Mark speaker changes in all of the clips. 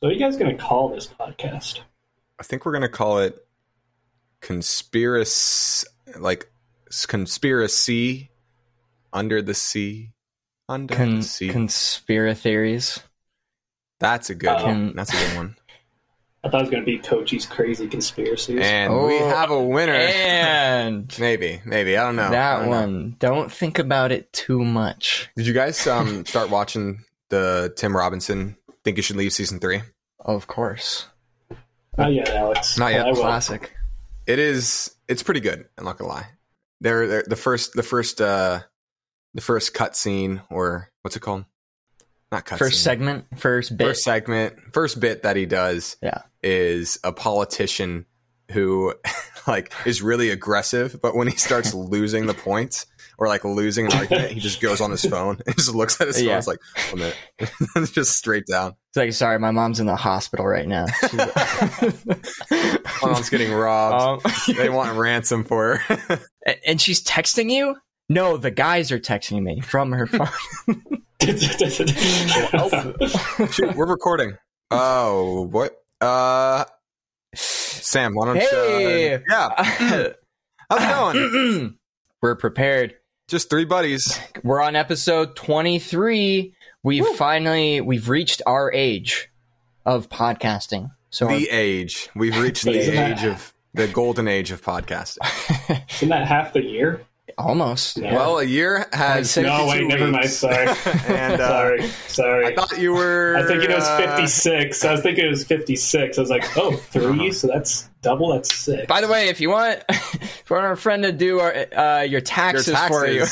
Speaker 1: So, what are you guys going to call this podcast?
Speaker 2: I think we're gonna call it conspiracy, like s- conspiracy under the sea, under
Speaker 3: Con-
Speaker 2: the sea.
Speaker 3: conspira theories.
Speaker 2: That's a good.
Speaker 3: Con-
Speaker 2: That's a good one.
Speaker 1: I thought it was going to be Kochi's crazy conspiracies.
Speaker 2: And we
Speaker 3: Oh,
Speaker 2: have a winner.
Speaker 3: And
Speaker 2: Maybe, maybe I don't know. I
Speaker 3: that
Speaker 2: don't know.
Speaker 3: one. Don't think about it too much.
Speaker 2: Did you guys um start watching the Tim Robinson? Think you should leave season three?
Speaker 3: Of course.
Speaker 1: Not yet, Alex.
Speaker 2: Not yet.
Speaker 1: I will.
Speaker 3: Classic.
Speaker 2: It is. It's pretty good. I'm not gonna lie. There, there- the first, the first, uh, the first cut scene or what's it called? Not cut
Speaker 3: First
Speaker 2: scene.
Speaker 3: segment, first bit.
Speaker 2: first segment, first bit that he does
Speaker 3: Yeah.
Speaker 2: is a politician who like is really aggressive, but when he starts losing the points or like losing an argument, he just goes on his phone and just looks at his phone.
Speaker 3: Yeah.
Speaker 2: It's like one minute. It's just straight down.
Speaker 3: It's like, sorry, my mom's in the hospital right now.
Speaker 2: My mom's getting robbed.
Speaker 3: Um,
Speaker 2: they want ransom for her.
Speaker 3: a- and she's texting you? No, the guys are texting me from her phone.
Speaker 2: Shoot, we're recording. Oh, what? Uh, Sam, why don't you? Uh,
Speaker 3: Hey!
Speaker 2: yeah, how's it going?
Speaker 3: We're prepared.
Speaker 2: Just three buddies.
Speaker 3: We're on episode 23. We've finally we've reached our age of podcasting. So
Speaker 2: The age we've reached the
Speaker 1: Isn't that-
Speaker 2: age of the golden age of podcasting.
Speaker 1: Isn't that half the year?
Speaker 3: almost.
Speaker 1: Yeah.
Speaker 2: Well, a year has
Speaker 3: Wait,
Speaker 1: No,
Speaker 2: 52
Speaker 1: wait, never mind.
Speaker 2: weeks.
Speaker 1: Sorry.
Speaker 2: and uh,
Speaker 1: sorry. Sorry.
Speaker 2: I thought you were.
Speaker 1: I was thinking it was
Speaker 2: uh,
Speaker 1: 56. I was thinking it was 56. I was like, oh,
Speaker 2: Uh-huh.
Speaker 1: three? So that's double? That's six.
Speaker 3: By the way, if you want if you want our friend to do our, uh, your, taxes for you,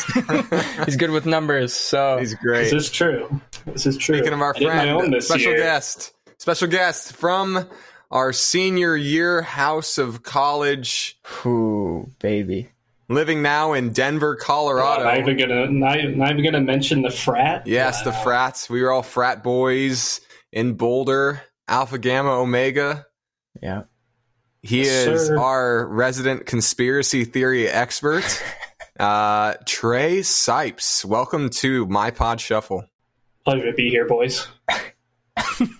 Speaker 3: he's good with numbers. So
Speaker 2: He's
Speaker 1: This
Speaker 2: great.
Speaker 1: is true. This is true.
Speaker 2: Speaking of our
Speaker 1: I did my own
Speaker 2: friend,
Speaker 1: this
Speaker 2: special
Speaker 1: year.
Speaker 2: guest, special guest from our senior year house of college,
Speaker 3: Ooh, baby.
Speaker 2: living now in Denver, Colorado.
Speaker 1: I'm not even gonna not, not even gonna mention the frat.
Speaker 2: yes, the frats. We were all frat boys in Boulder, Alpha Gamma Omega.
Speaker 3: Yeah.
Speaker 2: He
Speaker 1: Yes,
Speaker 2: is
Speaker 1: sir.
Speaker 2: our resident conspiracy theory expert, uh, Trey Sipes. Welcome to My Pod Shuffle.
Speaker 1: pleasure to be here, boys.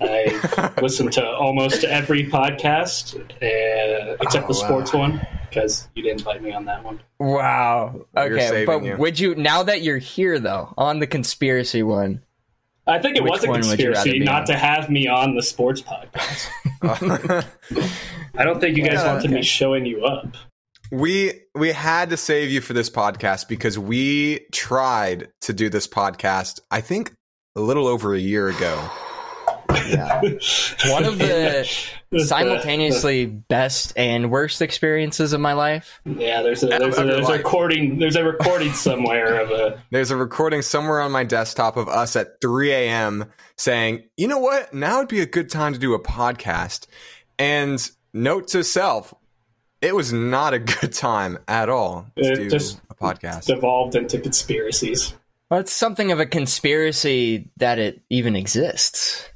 Speaker 1: I listen to almost every podcast uh, except the
Speaker 3: Oh, wow.
Speaker 1: sports one because you didn't invite me on that one.
Speaker 3: Wow.
Speaker 2: You're
Speaker 3: Okay,
Speaker 2: saving
Speaker 3: but
Speaker 2: you.
Speaker 3: would you now that you're here though on the conspiracy one?
Speaker 1: I think it
Speaker 3: Which
Speaker 1: was a
Speaker 3: one would you rather
Speaker 1: conspiracy
Speaker 3: be
Speaker 1: not
Speaker 3: on?
Speaker 1: to have me on the sports podcast. I don't think you guys
Speaker 2: Yeah,
Speaker 1: wanted me showing you up.
Speaker 2: we we had to save you for this podcast because we tried to do this podcast. I think a little over a year ago.
Speaker 3: Yeah. one of the
Speaker 1: uh,
Speaker 3: simultaneously best and worst experiences of my life.
Speaker 1: yeah, there's a
Speaker 2: Out
Speaker 1: there's a,
Speaker 2: of your
Speaker 1: there's a
Speaker 2: life.
Speaker 1: recording there's a recording somewhere of uh, a
Speaker 2: There's a recording somewhere on my desktop of us at 3 a.m. saying, you know what? Now would be a good time to do a podcast. And note to self, it was not a good time at all to
Speaker 1: It
Speaker 2: do
Speaker 1: just-
Speaker 2: a podcast.
Speaker 1: devolved into conspiracies.
Speaker 3: Well, it's something of a conspiracy that it even exists.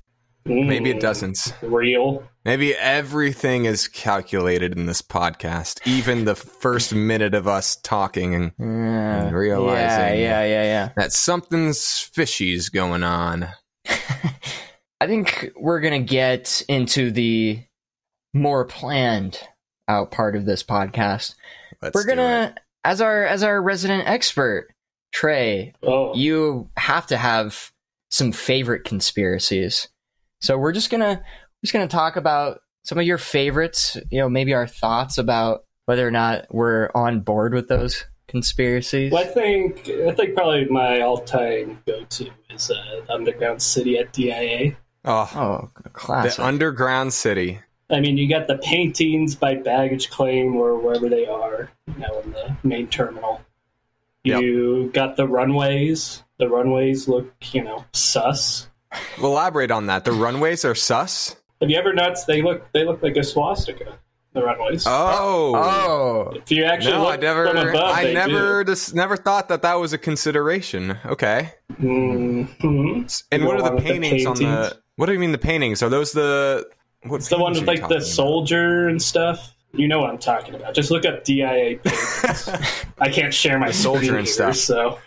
Speaker 1: Mm,
Speaker 2: Maybe it doesn't.
Speaker 1: Real.
Speaker 2: Maybe everything is calculated in this podcast, even the first minute of us talking and
Speaker 3: Yeah.
Speaker 2: realizing-
Speaker 3: Yeah, yeah, yeah, yeah.
Speaker 2: that something's fishy's going on.
Speaker 3: I think we're gonna get into the more planned out part of this podcast.
Speaker 2: Let's
Speaker 3: we're
Speaker 2: do it.
Speaker 3: gonna as our as our resident expert, Trey,
Speaker 1: Oh,
Speaker 3: you have to have some favorite conspiracies. So we're just gonna we're just gonna talk about some of your favorites. You know, maybe our thoughts about whether or not we're on board with those conspiracies.
Speaker 1: Well, I think I think probably my all-time go-to is uh, Underground City at DIA.
Speaker 2: Oh,
Speaker 3: Oh,
Speaker 2: the
Speaker 3: classic.
Speaker 2: underground city.
Speaker 1: I mean, you got the paintings by baggage claim or wherever they are you know, in the main terminal.
Speaker 2: Yep.
Speaker 1: You got the runways. The runways look, you know, sus.
Speaker 2: Elaborate on that. The runways are sus.
Speaker 1: Have you ever noticed they look they look like a swastika? The runways.
Speaker 2: Oh,
Speaker 3: oh,
Speaker 1: if you actually
Speaker 2: no,
Speaker 1: look
Speaker 2: I never,
Speaker 1: from above,
Speaker 2: I
Speaker 1: they
Speaker 2: never, just never thought that that was a consideration. Okay,
Speaker 1: do. hmm
Speaker 2: S- and
Speaker 1: You
Speaker 2: what
Speaker 1: don't
Speaker 2: are the
Speaker 1: want the
Speaker 2: paintings on
Speaker 1: paintings?
Speaker 2: the? What do you mean the paintings? Are those the? What
Speaker 1: It's the one
Speaker 2: paintings
Speaker 1: with
Speaker 2: are you
Speaker 1: like the
Speaker 2: talking
Speaker 1: soldier and stuff. You know what I'm talking about. Just look up DIA. paintings. I can't share my
Speaker 2: soldier
Speaker 1: screen
Speaker 2: and
Speaker 1: here,
Speaker 2: stuff.
Speaker 1: So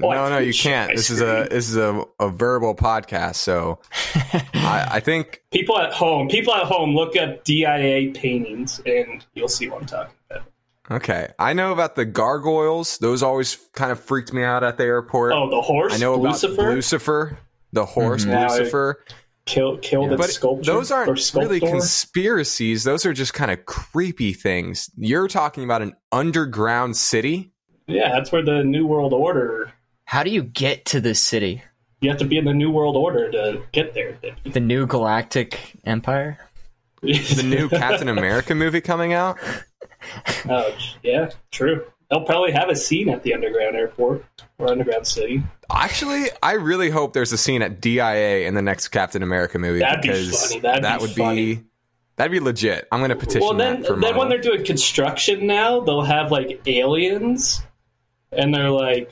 Speaker 1: Oh, I
Speaker 2: no, no, you
Speaker 1: preach.
Speaker 2: can't.
Speaker 1: I
Speaker 2: This is
Speaker 1: scream.
Speaker 2: a this is a, a verbal podcast, so I, I think
Speaker 1: People at home, people at home, look up DIA paintings, and you'll see what I'm talking about.
Speaker 2: okay. I know about the gargoyles; those always kind of freaked me out at the airport.
Speaker 1: Oh, the horse,
Speaker 2: I know about
Speaker 1: Lucifer,
Speaker 2: Lucifer, the horse
Speaker 1: Mhm. Now I-
Speaker 2: Lucifer,
Speaker 1: kill, killed
Speaker 3: Yeah.
Speaker 1: its
Speaker 2: but
Speaker 1: sculpture.
Speaker 2: those
Speaker 1: or
Speaker 2: aren't
Speaker 1: sculptor.
Speaker 2: really conspiracies. Those are just kind of creepy things. You're talking about an underground city.
Speaker 1: yeah, that's where the New World Order.
Speaker 3: How do you get to this city?
Speaker 1: You have to be in the New World Order to get there. Dippy.
Speaker 3: The new galactic empire?
Speaker 2: The new Captain America movie coming out.
Speaker 1: Ouch. Oh, Yeah, true. They'll probably have a scene at the underground airport or underground city.
Speaker 2: Actually, I really hope there's a scene at DIA in the next Captain America movie
Speaker 1: That'd be
Speaker 2: because
Speaker 1: funny. That'd
Speaker 2: that
Speaker 1: be
Speaker 2: would
Speaker 1: funny.
Speaker 2: be that'd be legit. I'm going to petition
Speaker 1: well, then,
Speaker 2: that for
Speaker 1: then when
Speaker 2: my
Speaker 1: they're doing construction now, they'll have like aliens, and they're like,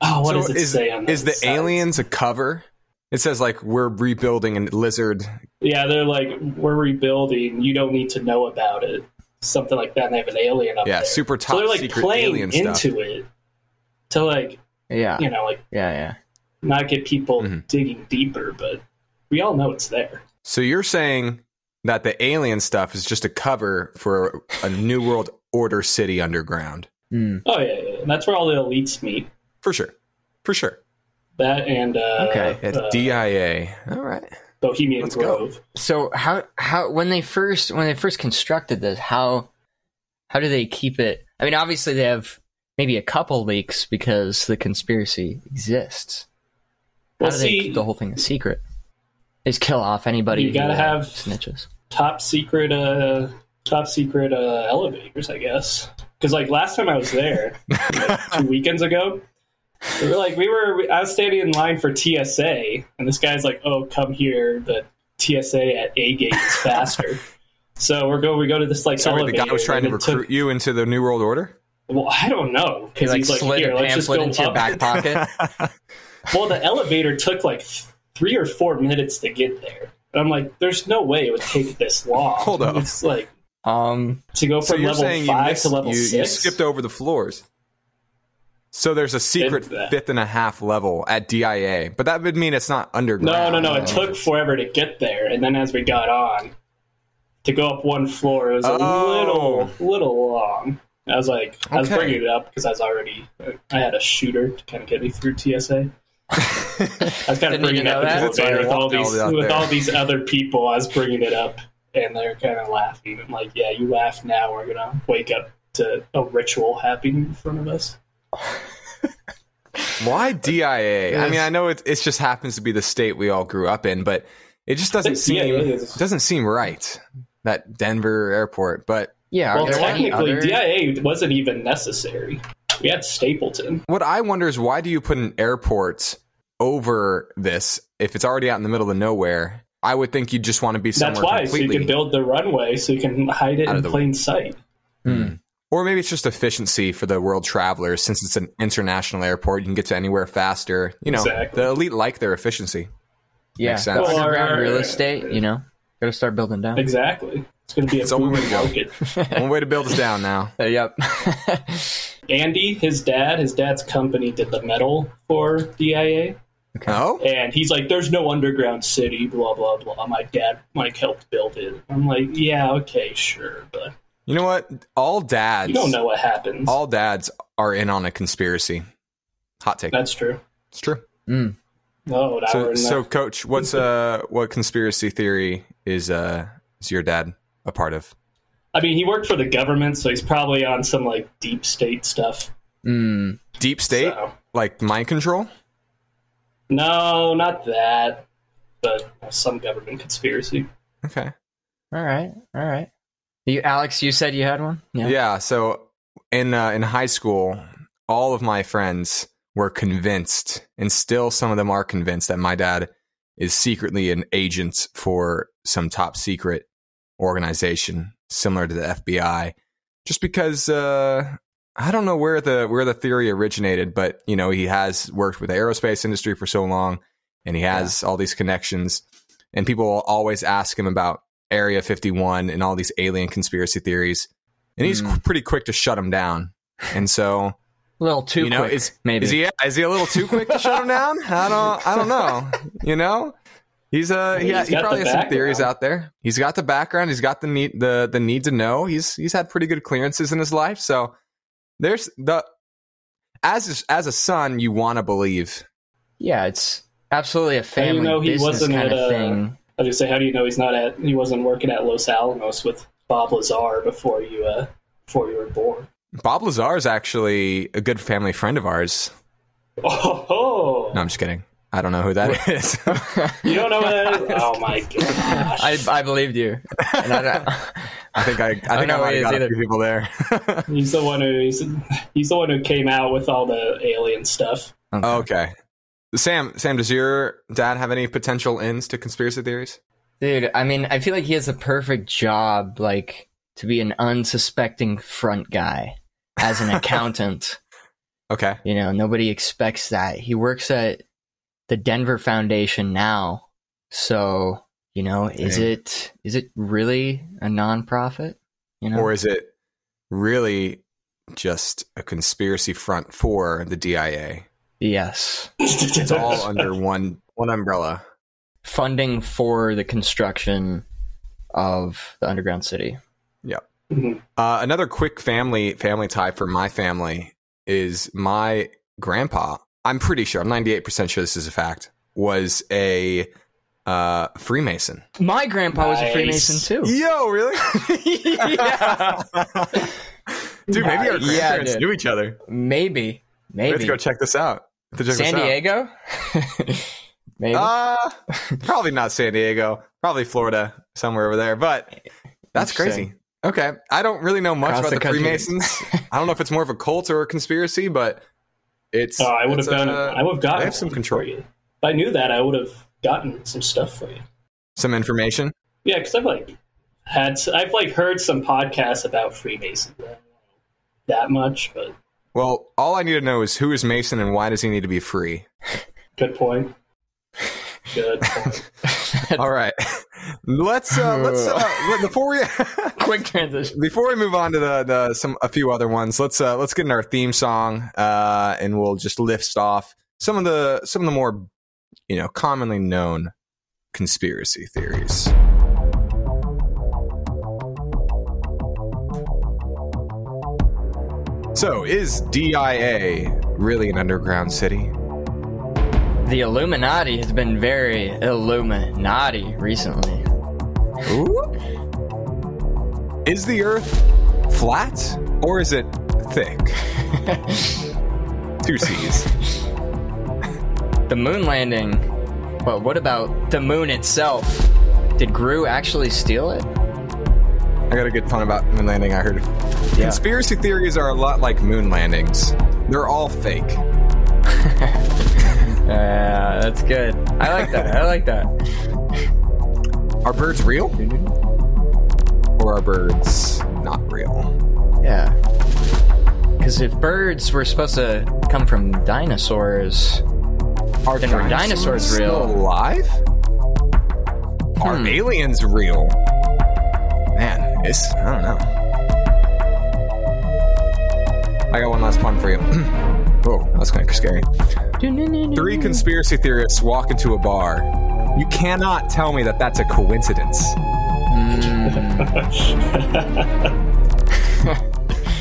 Speaker 1: "Oh, what
Speaker 2: so
Speaker 1: does it
Speaker 2: is,
Speaker 1: say on
Speaker 2: is the
Speaker 1: those signs?
Speaker 2: aliens a cover? It says like we're rebuilding a lizard.
Speaker 1: Yeah, they're like, "We're rebuilding. You don't need to know about it." Something like that. And they have an alien up
Speaker 2: Yeah,
Speaker 1: there.
Speaker 2: super
Speaker 1: so they're
Speaker 2: top
Speaker 1: like
Speaker 2: secret
Speaker 1: playing
Speaker 2: alien
Speaker 1: into
Speaker 2: stuff. Ah.
Speaker 1: it to like
Speaker 3: Yeah. Yeah,
Speaker 1: you know like
Speaker 3: yeah.
Speaker 1: not get people
Speaker 2: Mhm.
Speaker 1: digging deeper, but we all know it's there.
Speaker 2: So you're saying that the alien stuff is just a cover for a New World Order city underground?
Speaker 3: Hmm.
Speaker 1: Oh yeah, yeah. yeah. that's where all the elites meet.
Speaker 2: For sure, for sure.
Speaker 1: That and uh,
Speaker 3: Okay.
Speaker 2: At
Speaker 1: uh,
Speaker 2: DIA. All right.
Speaker 1: Bohemian
Speaker 2: Let's go.
Speaker 1: Grove.
Speaker 3: So how how when they first when they first constructed this, how how do they keep it? I mean, obviously they have maybe a couple leaks because the conspiracy exists. How
Speaker 1: Well,
Speaker 3: do
Speaker 1: see,
Speaker 3: they keep the whole thing a secret? They just kill off anybody.
Speaker 1: You
Speaker 3: who,
Speaker 1: gotta
Speaker 3: uh,
Speaker 1: have-
Speaker 3: snitches.
Speaker 1: top secret uh top secret uh elevators i guess because like last time i was there like, two weekends ago we were like we were i was standing in line for tsa and this guy's like oh come here the tsa at a gate is faster so we're go we go to this like
Speaker 2: So wait, the
Speaker 1: elevator
Speaker 2: guy was trying to
Speaker 1: and it took-
Speaker 2: recruit you into the New World Order.
Speaker 1: well i don't know
Speaker 3: They
Speaker 1: because
Speaker 3: like
Speaker 1: he's like
Speaker 3: slid
Speaker 1: here
Speaker 3: a
Speaker 1: let's just
Speaker 3: pamphlet
Speaker 1: go
Speaker 3: into your
Speaker 1: up."
Speaker 3: back pocket.
Speaker 1: well the elevator took like th- three or four minutes to get there and i'm like there's no way it would take this long
Speaker 2: Hold up.
Speaker 1: it's like
Speaker 3: um,
Speaker 1: to go
Speaker 2: so
Speaker 1: from
Speaker 2: you're
Speaker 1: level
Speaker 2: saying
Speaker 1: five
Speaker 2: you, missed,
Speaker 1: to level
Speaker 2: you,
Speaker 1: six.
Speaker 2: you skipped over the floors. So there's a secret
Speaker 1: Did that.
Speaker 2: fifth and a half level at DIA, but that would mean it's not
Speaker 1: no,
Speaker 2: underground.
Speaker 1: no, no. It took forever to get there, and then as we got on, to go up one floor, it was a
Speaker 2: Oh.
Speaker 1: little, little long. I was like, I was
Speaker 2: Okay.
Speaker 1: bringing it up because I was already, I had a shooter to kind of get me through TSA. I was kind of
Speaker 3: Didn't
Speaker 1: bringing
Speaker 3: even
Speaker 1: it up
Speaker 3: know that.
Speaker 1: before
Speaker 2: It's like
Speaker 1: with all
Speaker 2: wild
Speaker 1: these,
Speaker 2: out
Speaker 1: with
Speaker 2: there.
Speaker 1: all these other people. I was bringing it up, and they're kind of laughing. I'm like, yeah, you laugh now. We're gonna wake up to a ritual happening in front of us.
Speaker 2: Why DIA? I
Speaker 3: Yes.
Speaker 2: mean, I know it, it just happens to be the state we all grew up in, but it just doesn't
Speaker 1: It's- yeah,
Speaker 2: seem
Speaker 1: it is.
Speaker 2: doesn't seem right that Denver airport. But
Speaker 3: yeah.
Speaker 1: Well,
Speaker 3: are there any
Speaker 1: technically,
Speaker 3: other-
Speaker 1: DIA wasn't even necessary. We had Stapleton.
Speaker 2: what I wonder is why do you put an airport over this if it's already out in the middle of nowhere? I would think you'd just want to be somewhere
Speaker 1: That's why, so
Speaker 2: completely
Speaker 1: you can build the runway so you can hide it
Speaker 2: Out
Speaker 1: in
Speaker 2: of the
Speaker 1: plain sight.
Speaker 3: Hmm.
Speaker 2: Or maybe it's just efficiency for the world travelers since it's an international airport. You can get to anywhere faster. You know,
Speaker 1: Exactly.
Speaker 2: the elite like their efficiency.
Speaker 3: Yeah,
Speaker 2: Makes sense.
Speaker 3: underground
Speaker 1: Or-
Speaker 3: real estate. You know, gotta start building down.
Speaker 1: Exactly. It's going to be a
Speaker 2: It's only
Speaker 1: booming
Speaker 2: way to go.
Speaker 1: market.
Speaker 2: One way to build us down now.
Speaker 3: Uh, yep.
Speaker 1: Andy, his dad, his dad's company did the metal for DIA,
Speaker 3: okay.
Speaker 2: Oh?
Speaker 1: and he's like, "There's no underground city, blah blah blah." My dad, Mike, helped build it. I'm like, "Yeah, okay, sure, but
Speaker 2: You know what? All
Speaker 1: you
Speaker 2: dads
Speaker 1: don't know what happens."
Speaker 2: all dads are in on a conspiracy. Hot take.
Speaker 1: That's true.
Speaker 2: It's true.
Speaker 3: Mm.
Speaker 1: Oh, now we're
Speaker 2: So
Speaker 1: in
Speaker 2: so
Speaker 1: so,
Speaker 2: coach, what's uh what conspiracy theory is uh is your dad a part of?
Speaker 1: I mean, he worked for the government, so he's probably on some like deep state stuff.
Speaker 3: Mm.
Speaker 2: Deep state?
Speaker 1: So.
Speaker 2: Like mind control?
Speaker 1: No, not that. But some government conspiracy.
Speaker 2: Okay.
Speaker 3: All right. All right. You, Alex, you said you had one.
Speaker 2: Yeah. so in uh, in high school, all of my friends were convinced, and still some of them are convinced that my dad is secretly an agent for some top secret organization similar to the FBI. Just because uh, I don't know where the where the theory originated, but you know he has worked with the aerospace industry for so long, and he has all these connections, and people will always ask him about Area 51 and all these alien conspiracy theories and he's
Speaker 3: Mm.
Speaker 2: qu- pretty quick to shut him down. And so
Speaker 3: A little too
Speaker 2: you know,
Speaker 3: quick,
Speaker 2: is
Speaker 3: maybe.
Speaker 2: is he is he a little too quick to shut him down? I don't I don't know. You know, he's a
Speaker 1: He's
Speaker 2: yeah. He
Speaker 1: got
Speaker 2: probably
Speaker 1: the
Speaker 2: has some theories
Speaker 1: background.
Speaker 2: out there. He's got the background. He's got the need the the need to know. He's he's had pretty good clearances in his life. So there's the as as a son, you want to believe.
Speaker 3: yeah, it's absolutely a
Speaker 1: do you
Speaker 3: family
Speaker 1: know he
Speaker 3: business
Speaker 1: wasn't
Speaker 3: kind
Speaker 1: at,
Speaker 3: of
Speaker 1: uh,
Speaker 3: thing.
Speaker 1: I was gonna say, how do you know he's not at? He wasn't working at Los Alamos with Bob Lazar before you uh, before you were born.
Speaker 2: Bob Lazar is actually a good family friend of ours.
Speaker 1: Oh, ho.
Speaker 2: No, I'm just kidding. I don't know who that is.
Speaker 1: you don't know what that is? Oh my gosh!
Speaker 3: I, I believed you. And I don't-
Speaker 2: I think I, I think I,
Speaker 3: know who
Speaker 2: might
Speaker 3: he
Speaker 2: have got
Speaker 3: is
Speaker 2: a
Speaker 3: either.
Speaker 2: few people there.
Speaker 1: he's the one who he's, he's the one who came out with all the alien stuff.
Speaker 2: okay, Sam. Sam, does your dad have any potential ends to conspiracy theories?
Speaker 3: Dude, I mean, I feel like he has the perfect job, like to be an unsuspecting front guy as an accountant.
Speaker 2: Okay.
Speaker 3: you know, nobody expects that. He works at the Denver Foundation now, so you know, is
Speaker 2: Dang.
Speaker 3: it is it really a nonprofit? You know,
Speaker 2: Or is it really just a conspiracy front for the DIA?
Speaker 3: yes,
Speaker 2: It's all under one one umbrella.
Speaker 3: funding for the construction of the underground city.
Speaker 1: Mhm.
Speaker 2: Uh, another quick family family tie for my family is my grandpa. I'm pretty sure. I'm 98 percent sure this is a fact. Was a uh, Freemason.
Speaker 3: My grandpa was a
Speaker 1: Nice.
Speaker 3: Freemason too.
Speaker 2: Yo, really?
Speaker 3: Yeah.
Speaker 2: Dude, maybe our
Speaker 3: Yeah,
Speaker 2: grandparents
Speaker 3: dude.
Speaker 2: knew each other.
Speaker 3: Maybe,
Speaker 2: Let's
Speaker 3: maybe
Speaker 2: go check this out. Let's check
Speaker 3: San
Speaker 2: this out.
Speaker 3: Diego. maybe
Speaker 2: Uh, probably not San Diego. Probably Florida, somewhere over there. But that's crazy.
Speaker 3: Interesting.
Speaker 2: Okay, I don't really know much about
Speaker 3: Across
Speaker 2: the,
Speaker 3: the country.
Speaker 2: Freemasons. I don't know if it's more of a cult or a conspiracy, but it's.
Speaker 1: Oh, I would have
Speaker 2: it's,
Speaker 1: done.
Speaker 2: uh,
Speaker 1: I would have gotten.
Speaker 2: they have some
Speaker 1: one
Speaker 2: control.
Speaker 1: for you. If I knew that, I would have gotten some stuff for you.
Speaker 2: some information.
Speaker 1: Yeah, because I've like had I've like heard some podcasts about Freemasons. I don't know That much, but
Speaker 2: Well, all I need to know is who is Mason and why does he need to be free.
Speaker 1: good point. Good. Point.
Speaker 2: All right, let's uh, let's uh, before we
Speaker 3: quick transition.
Speaker 2: before we move on to the, the some a few other ones, let's uh, let's get in our theme song, uh, and we'll just list off some of the some of the more you know commonly known conspiracy theories. So, is DIA really an underground city?
Speaker 3: The Illuminati has been very Illuminati recently.
Speaker 2: Is the Earth flat or is it thick? Two C's.
Speaker 3: The moon landing. But what about the moon itself? Did Gru actually steal it?
Speaker 2: I got a good pun about moon landing. I heard. Conspiracy theories are a lot like moon landings. They're all fake.
Speaker 3: Uh, that's good. I like that. I like that.
Speaker 2: Are birds real? Or are birds not real?
Speaker 3: Yeah. Because if birds were supposed to come from dinosaurs,
Speaker 2: Are
Speaker 3: Then were dinosaurs
Speaker 2: still
Speaker 3: real?
Speaker 2: alive? Are
Speaker 3: Hmm.
Speaker 2: aliens real? Man, it's I don't know. I got one last pun for you. Whoa, that was kind of scary. Three
Speaker 3: Hmm.
Speaker 2: conspiracy theorists walk into a bar. You cannot tell me that that's a coincidence.
Speaker 3: Mm,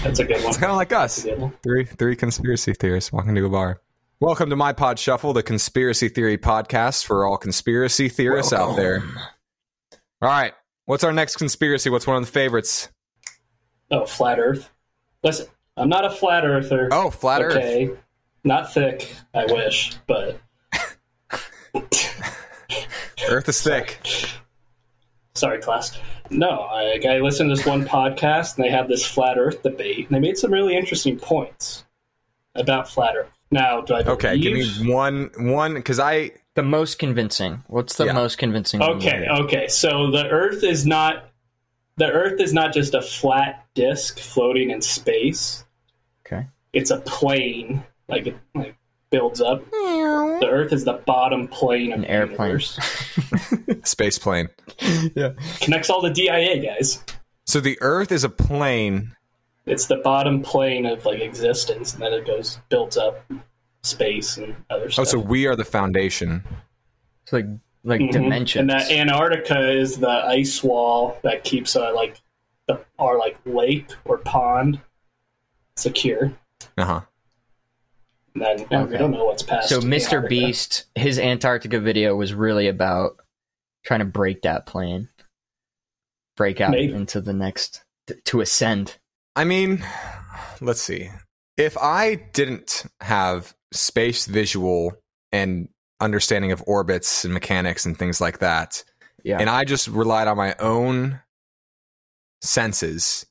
Speaker 1: That's a good one.
Speaker 2: It's kind of like us.
Speaker 1: Good one.
Speaker 2: Three three conspiracy theorists walking to a bar. Welcome to my pod shuffle, the conspiracy theory podcast for all conspiracy theorists out there. All right, what's our next conspiracy? What's one of the favorites?
Speaker 1: Oh, flat Earth. Listen, I'm not a flat earther.
Speaker 2: Oh, flat Earth.
Speaker 1: okay. Not thick. I wish, but
Speaker 2: Earth is thick.
Speaker 1: sorry, class. No, I, I listened to this one podcast and they had this flat Earth debate, and they made some really interesting points about flat Earth. Now, do I believe?
Speaker 2: Okay, give me one one because I
Speaker 3: the most convincing. What's the
Speaker 2: Yeah.
Speaker 3: most convincing? one you
Speaker 1: Okay,
Speaker 3: have?
Speaker 1: okay. So the Earth is not the Earth is not just a flat disk floating in space.
Speaker 3: Okay.
Speaker 1: It's a plane, like it like builds up. The Earth is the bottom plane of
Speaker 3: An
Speaker 1: the
Speaker 3: airplane.
Speaker 1: universe.
Speaker 2: space plane.
Speaker 1: Connects all the DIA guys.
Speaker 2: So the Earth is a plane
Speaker 1: it's the bottom plane of like existence, and then it goes built up space and other
Speaker 2: Oh,
Speaker 1: stuff.
Speaker 2: so we are the foundation.
Speaker 3: It's like like
Speaker 1: Mhm.
Speaker 3: dimensions.
Speaker 1: And that Antarctica is the ice wall that keeps uh, like the, our like lake or pond secure.
Speaker 2: Uh huh.
Speaker 1: And then and
Speaker 3: Okay.
Speaker 1: we don't know what's past.
Speaker 3: so Mr.
Speaker 1: Antarctica.
Speaker 3: Beast, his Antarctica video was really about trying to break that plane, break out
Speaker 1: Maybe.
Speaker 3: into the next to ascend.
Speaker 2: I mean, let's see. If I didn't have space visual and understanding of orbits and mechanics and things like that,
Speaker 3: Yeah.
Speaker 2: and I just relied on my own senses,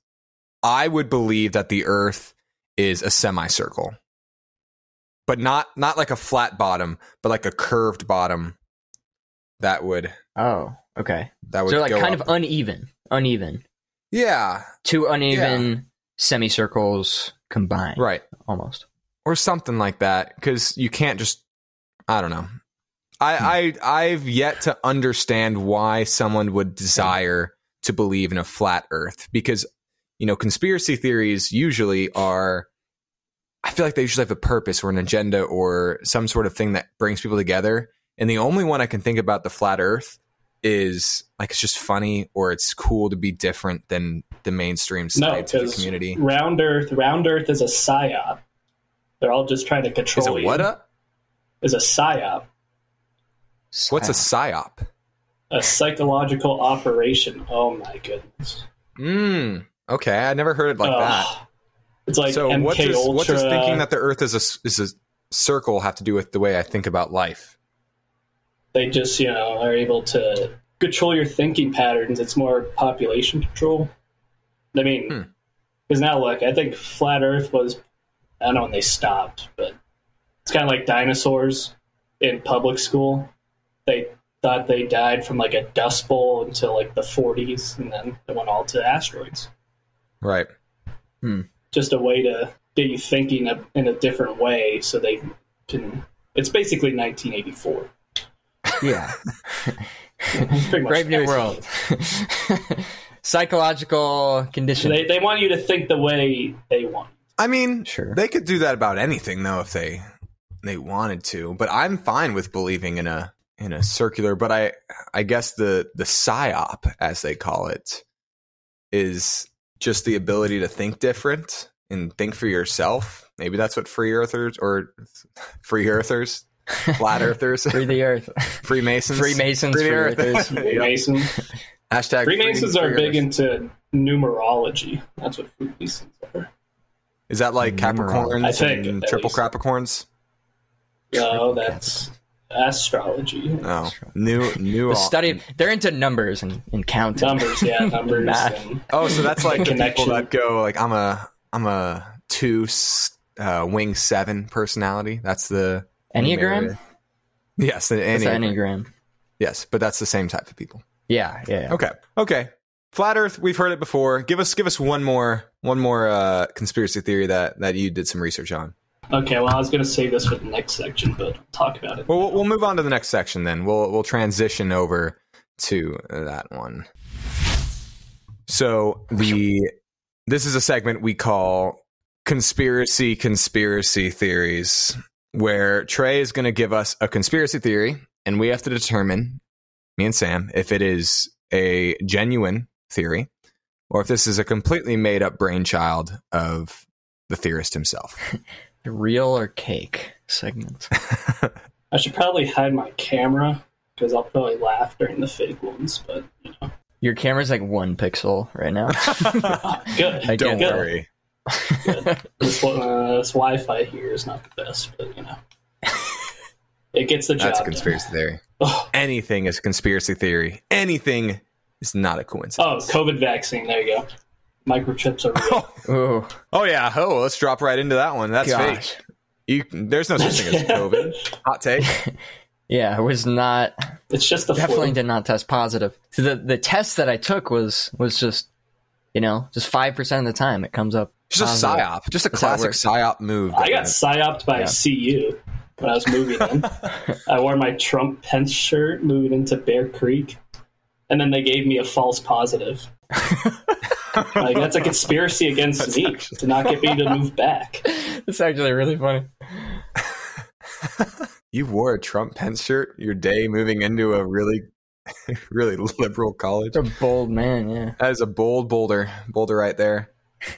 Speaker 2: I would believe that the Earth is a semicircle. But not not like a flat bottom, but like a curved bottom that would
Speaker 3: Oh, okay.
Speaker 2: that would
Speaker 3: So like
Speaker 2: go
Speaker 3: kind
Speaker 2: up.
Speaker 3: of uneven, uneven,
Speaker 2: Yeah,
Speaker 3: two uneven semicircles combined,
Speaker 2: right.
Speaker 3: Almost.
Speaker 2: or something like that because you can't just i don't know
Speaker 1: Hmm.
Speaker 2: I, I i've yet to understand why someone would desire to believe in a flat earth because you know conspiracy theories usually are i feel like they usually have a purpose or an agenda or some sort of thing that brings people together and the only one i can think about the flat earth is like it's just funny or it's cool to be different than the mainstream
Speaker 1: No,
Speaker 2: scientific
Speaker 1: 'cause
Speaker 2: community
Speaker 1: Round Earth. Round Earth is a psyop. They're all just trying to
Speaker 2: is
Speaker 1: control
Speaker 2: it
Speaker 1: you.
Speaker 2: what up
Speaker 1: Is a psyop,
Speaker 2: what's a psyop
Speaker 1: a psychological operation. Oh my goodness!
Speaker 2: Mm, okay, I never heard it like that.
Speaker 1: Ugh. It's like
Speaker 2: so
Speaker 1: MK
Speaker 2: what does
Speaker 1: Ultra.
Speaker 2: what does thinking that the Earth is a s- is a circle have to do with the way I think about life?
Speaker 1: they just you know are able to control your thinking patterns it's more population control i mean
Speaker 2: Hmm.
Speaker 1: because now look i think flat earth was i don't know when they stopped but it's kind of like dinosaurs in public school they thought they died from like a dust bowl until like the 40s and then they went all to asteroids
Speaker 2: Right.
Speaker 1: just a way to get you thinking a- in a different way so they can it's basically 1984
Speaker 3: Yeah.
Speaker 1: Pretty much
Speaker 3: Brave New
Speaker 1: basically.
Speaker 3: World. Psychological condition.
Speaker 1: They, they want you to think the way they want.
Speaker 2: I mean,
Speaker 3: Sure.
Speaker 2: they could do that about anything though if they they wanted to. But I'm fine with believing in a in a circular. But I I guess the the psyop as they call it is just the ability to think different and think for yourself. Maybe that's what free earthers or free earthers, flat earthers,
Speaker 3: Free the earth.
Speaker 2: Freemasons,
Speaker 3: Freemasons, free
Speaker 2: Earth.
Speaker 3: earthers.
Speaker 1: Freemasons.
Speaker 2: Hashtag
Speaker 1: Freemasons
Speaker 2: free-
Speaker 1: are
Speaker 2: free
Speaker 1: big
Speaker 2: Earth.
Speaker 1: into numerology. That's what Freemasons are.
Speaker 2: Is that like Capricorns
Speaker 1: I think,
Speaker 2: and
Speaker 1: at
Speaker 2: triple
Speaker 1: least.
Speaker 2: Capricorns?
Speaker 1: No, Oh, that's astrology.
Speaker 3: Uh,
Speaker 2: Oh, new new
Speaker 3: The
Speaker 2: all-
Speaker 3: study. They're into numbers and, and counting.
Speaker 1: Numbers, yeah, numbers.
Speaker 3: Math.
Speaker 1: and
Speaker 2: Oh, so that's like the people
Speaker 1: Connection.
Speaker 2: that go like I'm a I'm a two s- uh, wing seven personality. That's the
Speaker 3: Enneagram?
Speaker 2: Yes, the Enneagram.
Speaker 3: That's the Enneagram.
Speaker 2: Yes, but that's the same type of people.
Speaker 3: Yeah, yeah. yeah.
Speaker 2: Okay, okay. Flat Earth, we've heard it before. Give us give us one more one more uh, conspiracy theory that that you did some research on.
Speaker 1: Okay, well, I was going to save this for the next section, but I'll talk about it.
Speaker 2: Well, we'll, we'll move on to the next section then. We'll we'll transition over to that one. So the this is a segment we call conspiracy conspiracy theories, where Trey is going to give us a conspiracy theory, and we have to determine me and Sam if it is a genuine theory or if this is a completely made up brainchild of the theorist himself.
Speaker 3: Real or cake segment.
Speaker 1: I should probably hide my camera because I'll probably laugh during the fake ones, but you know.
Speaker 3: Your camera's like one pixel right now.
Speaker 1: oh, Good.
Speaker 3: I
Speaker 2: Don't
Speaker 3: get that.
Speaker 2: worry.
Speaker 1: This, uh, this Wi Fi here is not the best, but you know. It gets the job
Speaker 2: That's a
Speaker 1: done.
Speaker 2: conspiracy theory.
Speaker 1: Ugh.
Speaker 2: anything is a conspiracy theory. Anything is not a coincidence.
Speaker 1: Oh, COVID vaccine. There you go. Microchips are real.
Speaker 3: Ooh,
Speaker 2: Oh, yeah. Oh, let's drop right into that one. That's fake.
Speaker 3: gosh.
Speaker 2: You, there's no such thing as COVID. Hot take.
Speaker 3: Yeah, I was not.
Speaker 1: It's just the
Speaker 3: Definitely
Speaker 1: flu.
Speaker 3: did not test positive. So the the test that I took was was just, you know, just five percent of the time it comes up.
Speaker 2: Just a
Speaker 3: positive.
Speaker 2: psyop. Just a
Speaker 3: how it
Speaker 2: classic
Speaker 3: works.
Speaker 2: psyop move.
Speaker 1: I got psyoped by CU when I was moving in. I wore my Trump Pence shirt moving into Bear Creek, and then they gave me a false positive. Like that's a conspiracy against
Speaker 2: That's
Speaker 1: me
Speaker 2: actually-
Speaker 1: to not get me to move back.
Speaker 3: It's actually really funny.
Speaker 2: you wore a Trump Pence shirt your day moving into a really, really liberal college.
Speaker 3: You're a bold man, yeah.
Speaker 2: That is a bold boulder, boulder right there.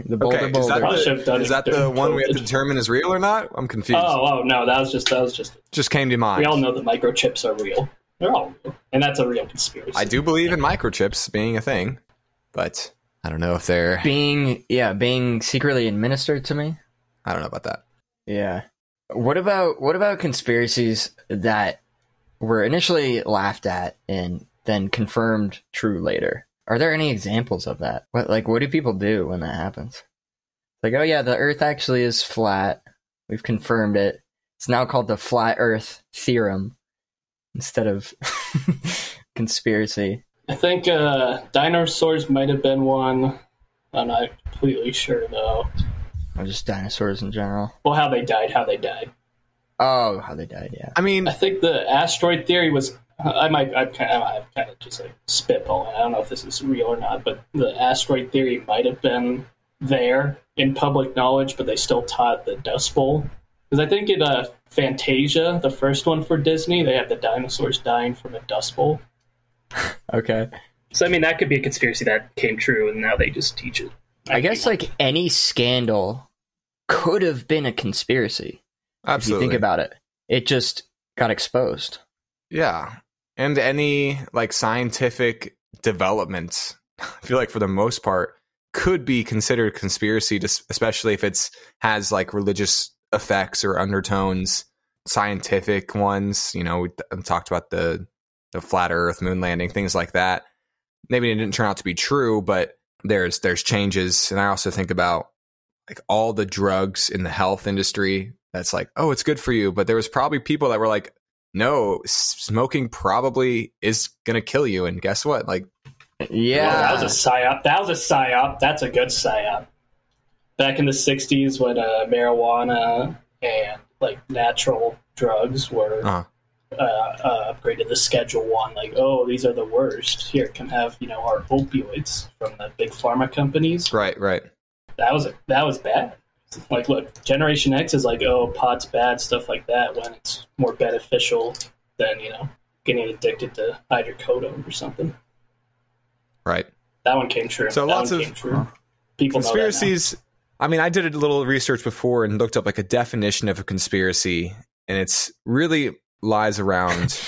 Speaker 3: The bolder
Speaker 2: okay, is
Speaker 3: boulder.
Speaker 2: that,
Speaker 1: Probably
Speaker 2: the,
Speaker 1: should have done
Speaker 2: is
Speaker 1: it
Speaker 2: that the
Speaker 1: during
Speaker 2: one we have to
Speaker 1: COVID.
Speaker 2: determine is real or not? I'm confused.
Speaker 1: Oh, oh no, that was just that was just.
Speaker 2: Just came to mind.
Speaker 1: We all know that microchips are real. They're all real, and that's a real conspiracy.
Speaker 2: I do believe in microchips being a thing, but I don't know if they're.
Speaker 3: being yeah, being secretly administered to me.
Speaker 2: I don't know about that.
Speaker 3: Yeah. What about what about conspiracies that were initially laughed at and then confirmed true later? Are there any examples of that? What like what do people do when that happens? Like, oh yeah, the earth actually is flat. We've confirmed it. It's now called the flat earth theorem instead of conspiracy.
Speaker 1: I think uh, dinosaurs might have been one. I'm not completely sure though.
Speaker 3: Or just dinosaurs in general.
Speaker 1: Well, how they died, how they died.
Speaker 3: Oh, how they died, yeah.
Speaker 2: I mean,
Speaker 1: I think the asteroid theory was. I might. I'm kind of. I'm kind of just like spitballing. I don't know if this is real or not, but the asteroid theory might have been there in public knowledge, but they still taught the Dust Bowl because I think in uh, Fantasia, the first one for Disney, they have the dinosaurs dying from a Dust Bowl.
Speaker 3: Okay.
Speaker 1: So I mean, that could be a conspiracy that came true, and now they just teach it.
Speaker 3: I guess like any scandal could have been a conspiracy
Speaker 2: absolutely.
Speaker 3: if you think about it. It just got exposed.
Speaker 2: yeah, and any like scientific developments, I feel like for the most part, could be considered conspiracy, just especially if it's has like religious effects or undertones, scientific ones. You know, we t- um, talked about the the flat Earth, moon landing, things like that. Maybe it didn't turn out to be true, but there's there's changes, and I also think about like all the drugs in the health industry. That's like, oh, it's good for you, but there was probably people that were like, no, s- smoking probably is gonna kill you, and guess what? Like,
Speaker 3: Yeah.
Speaker 1: Well, that was a psyop. That was a psyop. That's a good psyop. Back in the '60s, when uh, marijuana and like natural drugs were
Speaker 2: Uh-huh.
Speaker 1: uh, uh, upgraded to Schedule One, like, oh, these are the worst. Here, can have you know our opioids from the big pharma companies.
Speaker 2: right, right.
Speaker 1: That was that was bad. Like, look, Generation X is like, oh, pot's bad, stuff like that. When it's more beneficial than you know getting addicted to hydrocodone or something.
Speaker 2: Right.
Speaker 1: That one came true.
Speaker 2: So
Speaker 1: that
Speaker 2: lots
Speaker 1: one
Speaker 2: of-
Speaker 1: came true. People know that now.
Speaker 2: Conspiracies. I mean, I did a little research before and looked up like a definition of a conspiracy, and it's really lies around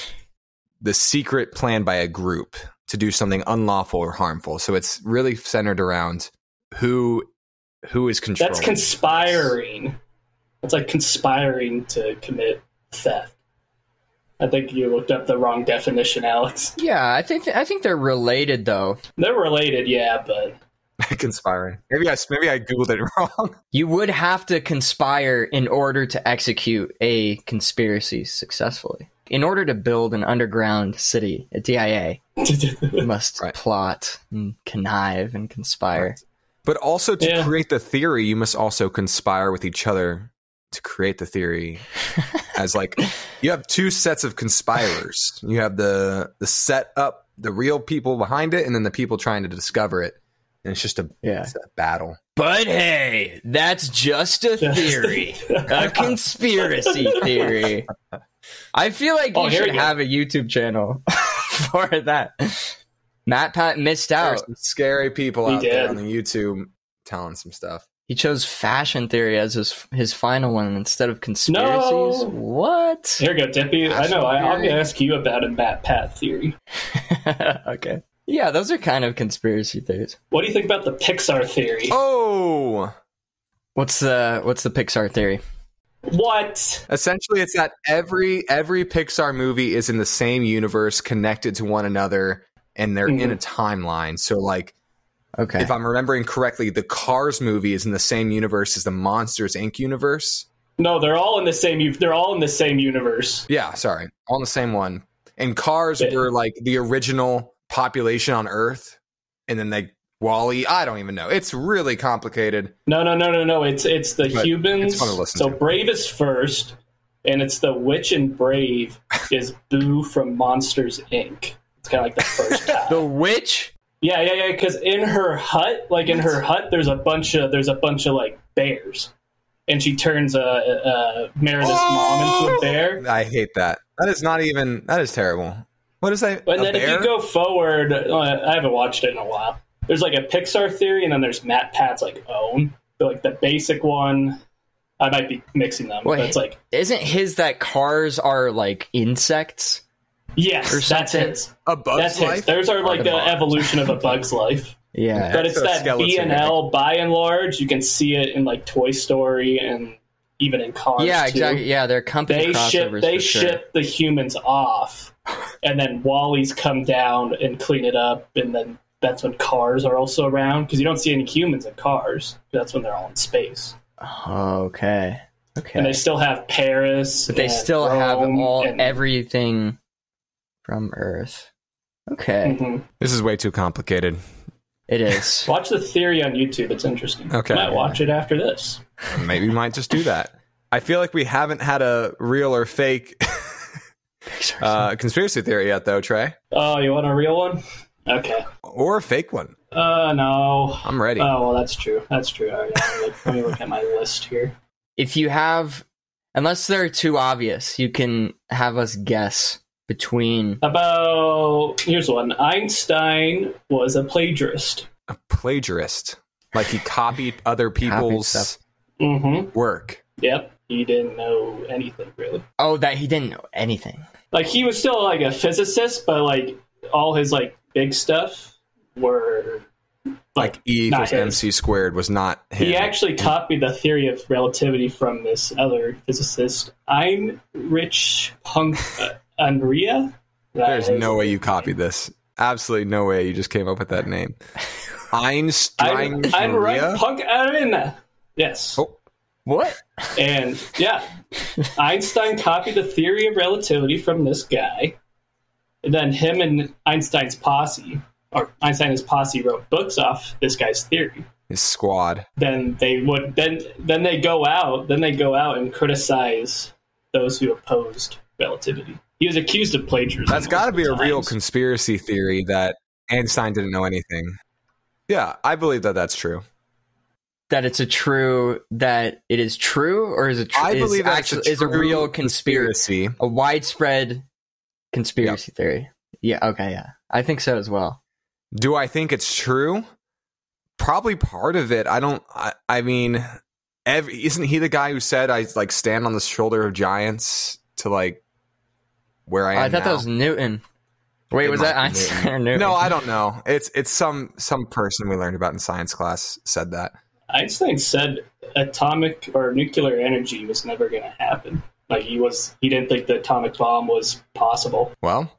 Speaker 2: the secret plan by a group to do something unlawful or harmful. So it's really centered around who who is controlling.
Speaker 1: That's conspiring. That's like conspiring to commit theft. I think you looked up the wrong definition, Alex.
Speaker 3: yeah, I think I think they're related though.
Speaker 1: They're related, yeah, but
Speaker 2: conspiring. Maybe I maybe I googled it wrong.
Speaker 3: You would have to conspire in order to execute a conspiracy successfully. In order to build an underground city, a DIA must
Speaker 2: Right.
Speaker 3: plot and connive and conspire.
Speaker 2: But also to
Speaker 1: Yeah.
Speaker 2: create the theory, you must also conspire with each other to create the theory. as like you have two sets of conspirers. You have the the set up, the real people behind it, and then the people trying to discover it. And it's just a,
Speaker 3: Yeah.
Speaker 2: it's a battle.
Speaker 3: But hey, that's just a theory. a conspiracy theory. I feel like
Speaker 1: Oh,
Speaker 3: you
Speaker 1: here
Speaker 3: should
Speaker 1: we go.
Speaker 3: have a YouTube channel for that. Matt Pat missed
Speaker 2: There are
Speaker 3: out.
Speaker 2: some scary people
Speaker 1: We
Speaker 2: out there
Speaker 1: did.
Speaker 2: on the YouTube telling some stuff.
Speaker 3: He chose fashion theory as his his final one instead of conspiracies.
Speaker 1: No.
Speaker 3: What?
Speaker 1: here we go, Dippy. I know. I, I'm going to ask you about a Matt Pat theory.
Speaker 3: okay. Yeah, those are kind of conspiracy theories.
Speaker 1: What do you think about the Pixar theory?
Speaker 2: Oh,
Speaker 3: What's the what's the Pixar theory?
Speaker 1: What?
Speaker 2: essentially it's that every every pixar movie is in the same universe connected to one another and they're in a
Speaker 1: Mm-hmm.
Speaker 2: timeline so like
Speaker 3: Okay.
Speaker 2: if i'm remembering correctly the cars movie is in the same universe as the monsters inc universe
Speaker 1: No, they're all in the same. u- They're all in the same universe.
Speaker 2: yeah sorry all in the same one and cars
Speaker 1: Yeah.
Speaker 2: were like the original population on earth and then they wally i don't even know it's really complicated
Speaker 1: No, no, no, no, no. It's it's the
Speaker 2: But
Speaker 1: humans.
Speaker 2: it's fun to listen
Speaker 1: so
Speaker 2: to.
Speaker 1: Brave is first, and it's the witch and Brave is Boo from Monsters Inc. It's kind of like the first. half.
Speaker 3: the witch
Speaker 1: Yeah, yeah, yeah. Because in her hut, like in her hut, there's a bunch of there's a bunch of like bears, and she turns uh, uh, Meredith's mom into a bear.
Speaker 2: I hate that. That is not even. That is terrible. What is that?
Speaker 1: But
Speaker 2: a
Speaker 1: then if
Speaker 2: bear?
Speaker 1: you go forward, uh, I haven't watched it in a while. There's like a Pixar theory, and then there's Matt Pat's like own, but, like the basic one. I might be mixing them,
Speaker 3: Wait.
Speaker 1: but it's like
Speaker 3: Isn't his that cars are like insects? Or
Speaker 1: yes, that's
Speaker 3: something.
Speaker 1: his.
Speaker 2: a bug's
Speaker 1: That's his.
Speaker 2: life.
Speaker 1: There's our like
Speaker 3: Like a
Speaker 1: the
Speaker 3: bug.
Speaker 1: evolution of a bug's life.
Speaker 3: Yeah.
Speaker 1: but it's that B and L by and large. You can see it in like Toy Story and even in Cars.
Speaker 3: Yeah,
Speaker 1: too.
Speaker 3: exactly. Yeah, they're company
Speaker 1: They
Speaker 3: crossovers.
Speaker 1: ship they
Speaker 3: for sure.
Speaker 1: ship the humans off, and then Wally's come down and clean it up, and then that's when Cars are also around because you don't see any humans in Cars. That's when they're all in space,
Speaker 3: Okay. Okay.
Speaker 1: and they still have Paris.
Speaker 3: but they
Speaker 1: and
Speaker 3: still have
Speaker 1: Rome
Speaker 3: all
Speaker 1: and-
Speaker 3: everything from Earth. Okay,
Speaker 1: Mhm.
Speaker 2: This is way too complicated.
Speaker 3: it is.
Speaker 1: Watch the theory on YouTube. It's interesting.
Speaker 2: Okay.
Speaker 1: might watch it after this.
Speaker 2: Maybe we might just do that. I feel like we haven't had a real or fake uh, conspiracy theory yet, though, Trey,
Speaker 1: Oh, you want a real one? Okay.
Speaker 2: or a fake one.
Speaker 1: Uh, no.
Speaker 2: I'm ready.
Speaker 1: Oh well, that's true. That's true. All right, let, me look, let me look at my list here.
Speaker 3: if you have, unless they're too obvious, you can have us guess between.
Speaker 1: About here's one. Einstein was a plagiarist.
Speaker 2: a plagiarist, like he copied other people's
Speaker 3: stuff.
Speaker 1: Mm-hmm.
Speaker 2: work.
Speaker 1: Yep. He didn't know anything really.
Speaker 3: Oh, that he didn't know anything.
Speaker 1: Like he was still like a physicist, but like all his like big stuff were
Speaker 2: Like E
Speaker 1: not
Speaker 2: equals
Speaker 1: his.
Speaker 2: MC squared was not him.
Speaker 1: He actually copied the theory of relativity from this other physicist, Heinrich Punk uh, Unria. That
Speaker 2: There's
Speaker 1: is-
Speaker 2: no way you copied this. Absolutely no way you just came up with that name.
Speaker 1: Ein-
Speaker 2: Einstein.
Speaker 1: Heinrich Punk Unria. Yes.
Speaker 2: Oh,
Speaker 3: What?
Speaker 1: And yeah, Einstein copied the theory of relativity from this guy. And then him and Einstein's posse, or Einstein and his posse, wrote books off this guy's theory.
Speaker 2: his squad.
Speaker 1: Then they would then then they go out then they go out and criticize those who opposed relativity. He was accused of plagiarism.
Speaker 2: That's got to be a
Speaker 1: multiple
Speaker 2: real
Speaker 1: times.
Speaker 2: conspiracy theory that Einstein didn't know anything. Yeah, I believe that that's true.
Speaker 3: That it's a true that it is true, or is it? Tr-
Speaker 2: I
Speaker 3: is
Speaker 2: believe that's
Speaker 3: actually
Speaker 2: a
Speaker 3: is a
Speaker 2: true
Speaker 3: real conspiracy,
Speaker 2: Conspiracy.
Speaker 3: a widespread conspiracy theory. Yeah. Okay. Yeah, I think so as well.
Speaker 2: Do I think it's true? Probably part of it. I don't. I, I mean, every, isn't he the guy who said I like stand on the shoulder of giants to like where I am?
Speaker 3: I thought
Speaker 2: now?
Speaker 3: that was Newton. Wait,
Speaker 2: It
Speaker 3: was
Speaker 2: might
Speaker 3: that
Speaker 2: be
Speaker 3: Einstein or Newton?
Speaker 2: no. I don't know. It's it's some some person we learned about in science class said that.
Speaker 1: Einstein said atomic or nuclear energy was never going to happen. Like he was, he didn't think the atomic bomb was possible.
Speaker 2: Well,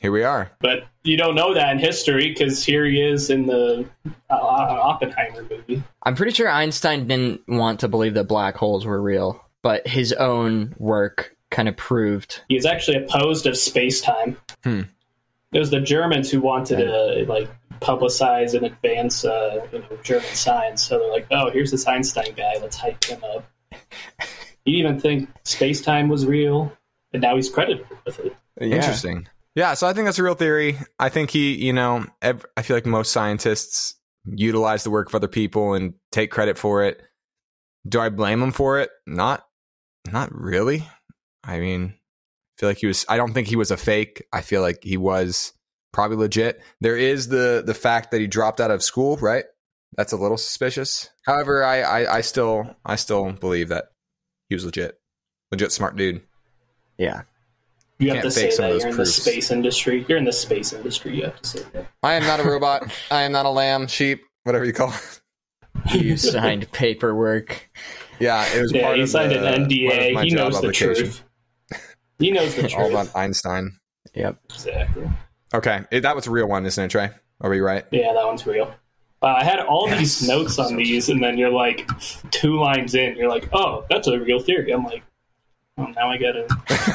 Speaker 2: here we are.
Speaker 1: But you don't know that in history because here he is in the uh, Oppenheimer movie.
Speaker 3: I'm pretty sure Einstein didn't want to believe that black holes were real, but his own work kind of proved.
Speaker 1: He was actually opposed of space time.
Speaker 2: Hmm.
Speaker 1: It was the Germans who wanted to like publicize and advance uh, you know, German science. So they're like, "Oh, here's this Einstein guy. Let's hype him up." he didn't even think space time was real, and now he's credited with it.
Speaker 2: Interesting. Yeah, so I think that's a real theory. I think he, you know, ev- I feel like most scientists utilize the work of other people and take credit for it. Do I blame him for it? Not, not really. I mean, I feel like he was. I don't think he was a fake. I feel like he was probably legit. There is the the fact that he dropped out of school, right? That's a little suspicious. However, I I, I still I still believe that he was legit, legit smart dude.
Speaker 3: Yeah.
Speaker 1: You have
Speaker 2: Can't
Speaker 1: to say
Speaker 2: fake some
Speaker 1: that
Speaker 2: of
Speaker 1: you're
Speaker 2: those
Speaker 1: in the
Speaker 2: proofs.
Speaker 1: space industry. You're in the space industry. You have to say that.
Speaker 2: I am not a robot. I am not a lamb, sheep, whatever you call it.
Speaker 3: You signed paperwork.
Speaker 2: Yeah, it was
Speaker 1: Yeah,
Speaker 2: part
Speaker 1: he
Speaker 2: of
Speaker 1: signed
Speaker 2: the,
Speaker 1: an
Speaker 2: part of
Speaker 1: NDA.
Speaker 2: my
Speaker 1: He
Speaker 2: job
Speaker 1: knows the
Speaker 2: application.
Speaker 1: truth. He knows the
Speaker 2: All
Speaker 1: truth.
Speaker 2: about Einstein.
Speaker 3: Yep.
Speaker 1: exactly.
Speaker 2: Okay, it- that was a real one, isn't it, Trey? Are we right?
Speaker 1: Yeah, that one's real. Wow, I had all these notes on these, and then you're like two lines in, you're like, "Oh, that's a real theory." I'm like, "Oh, now I gotta."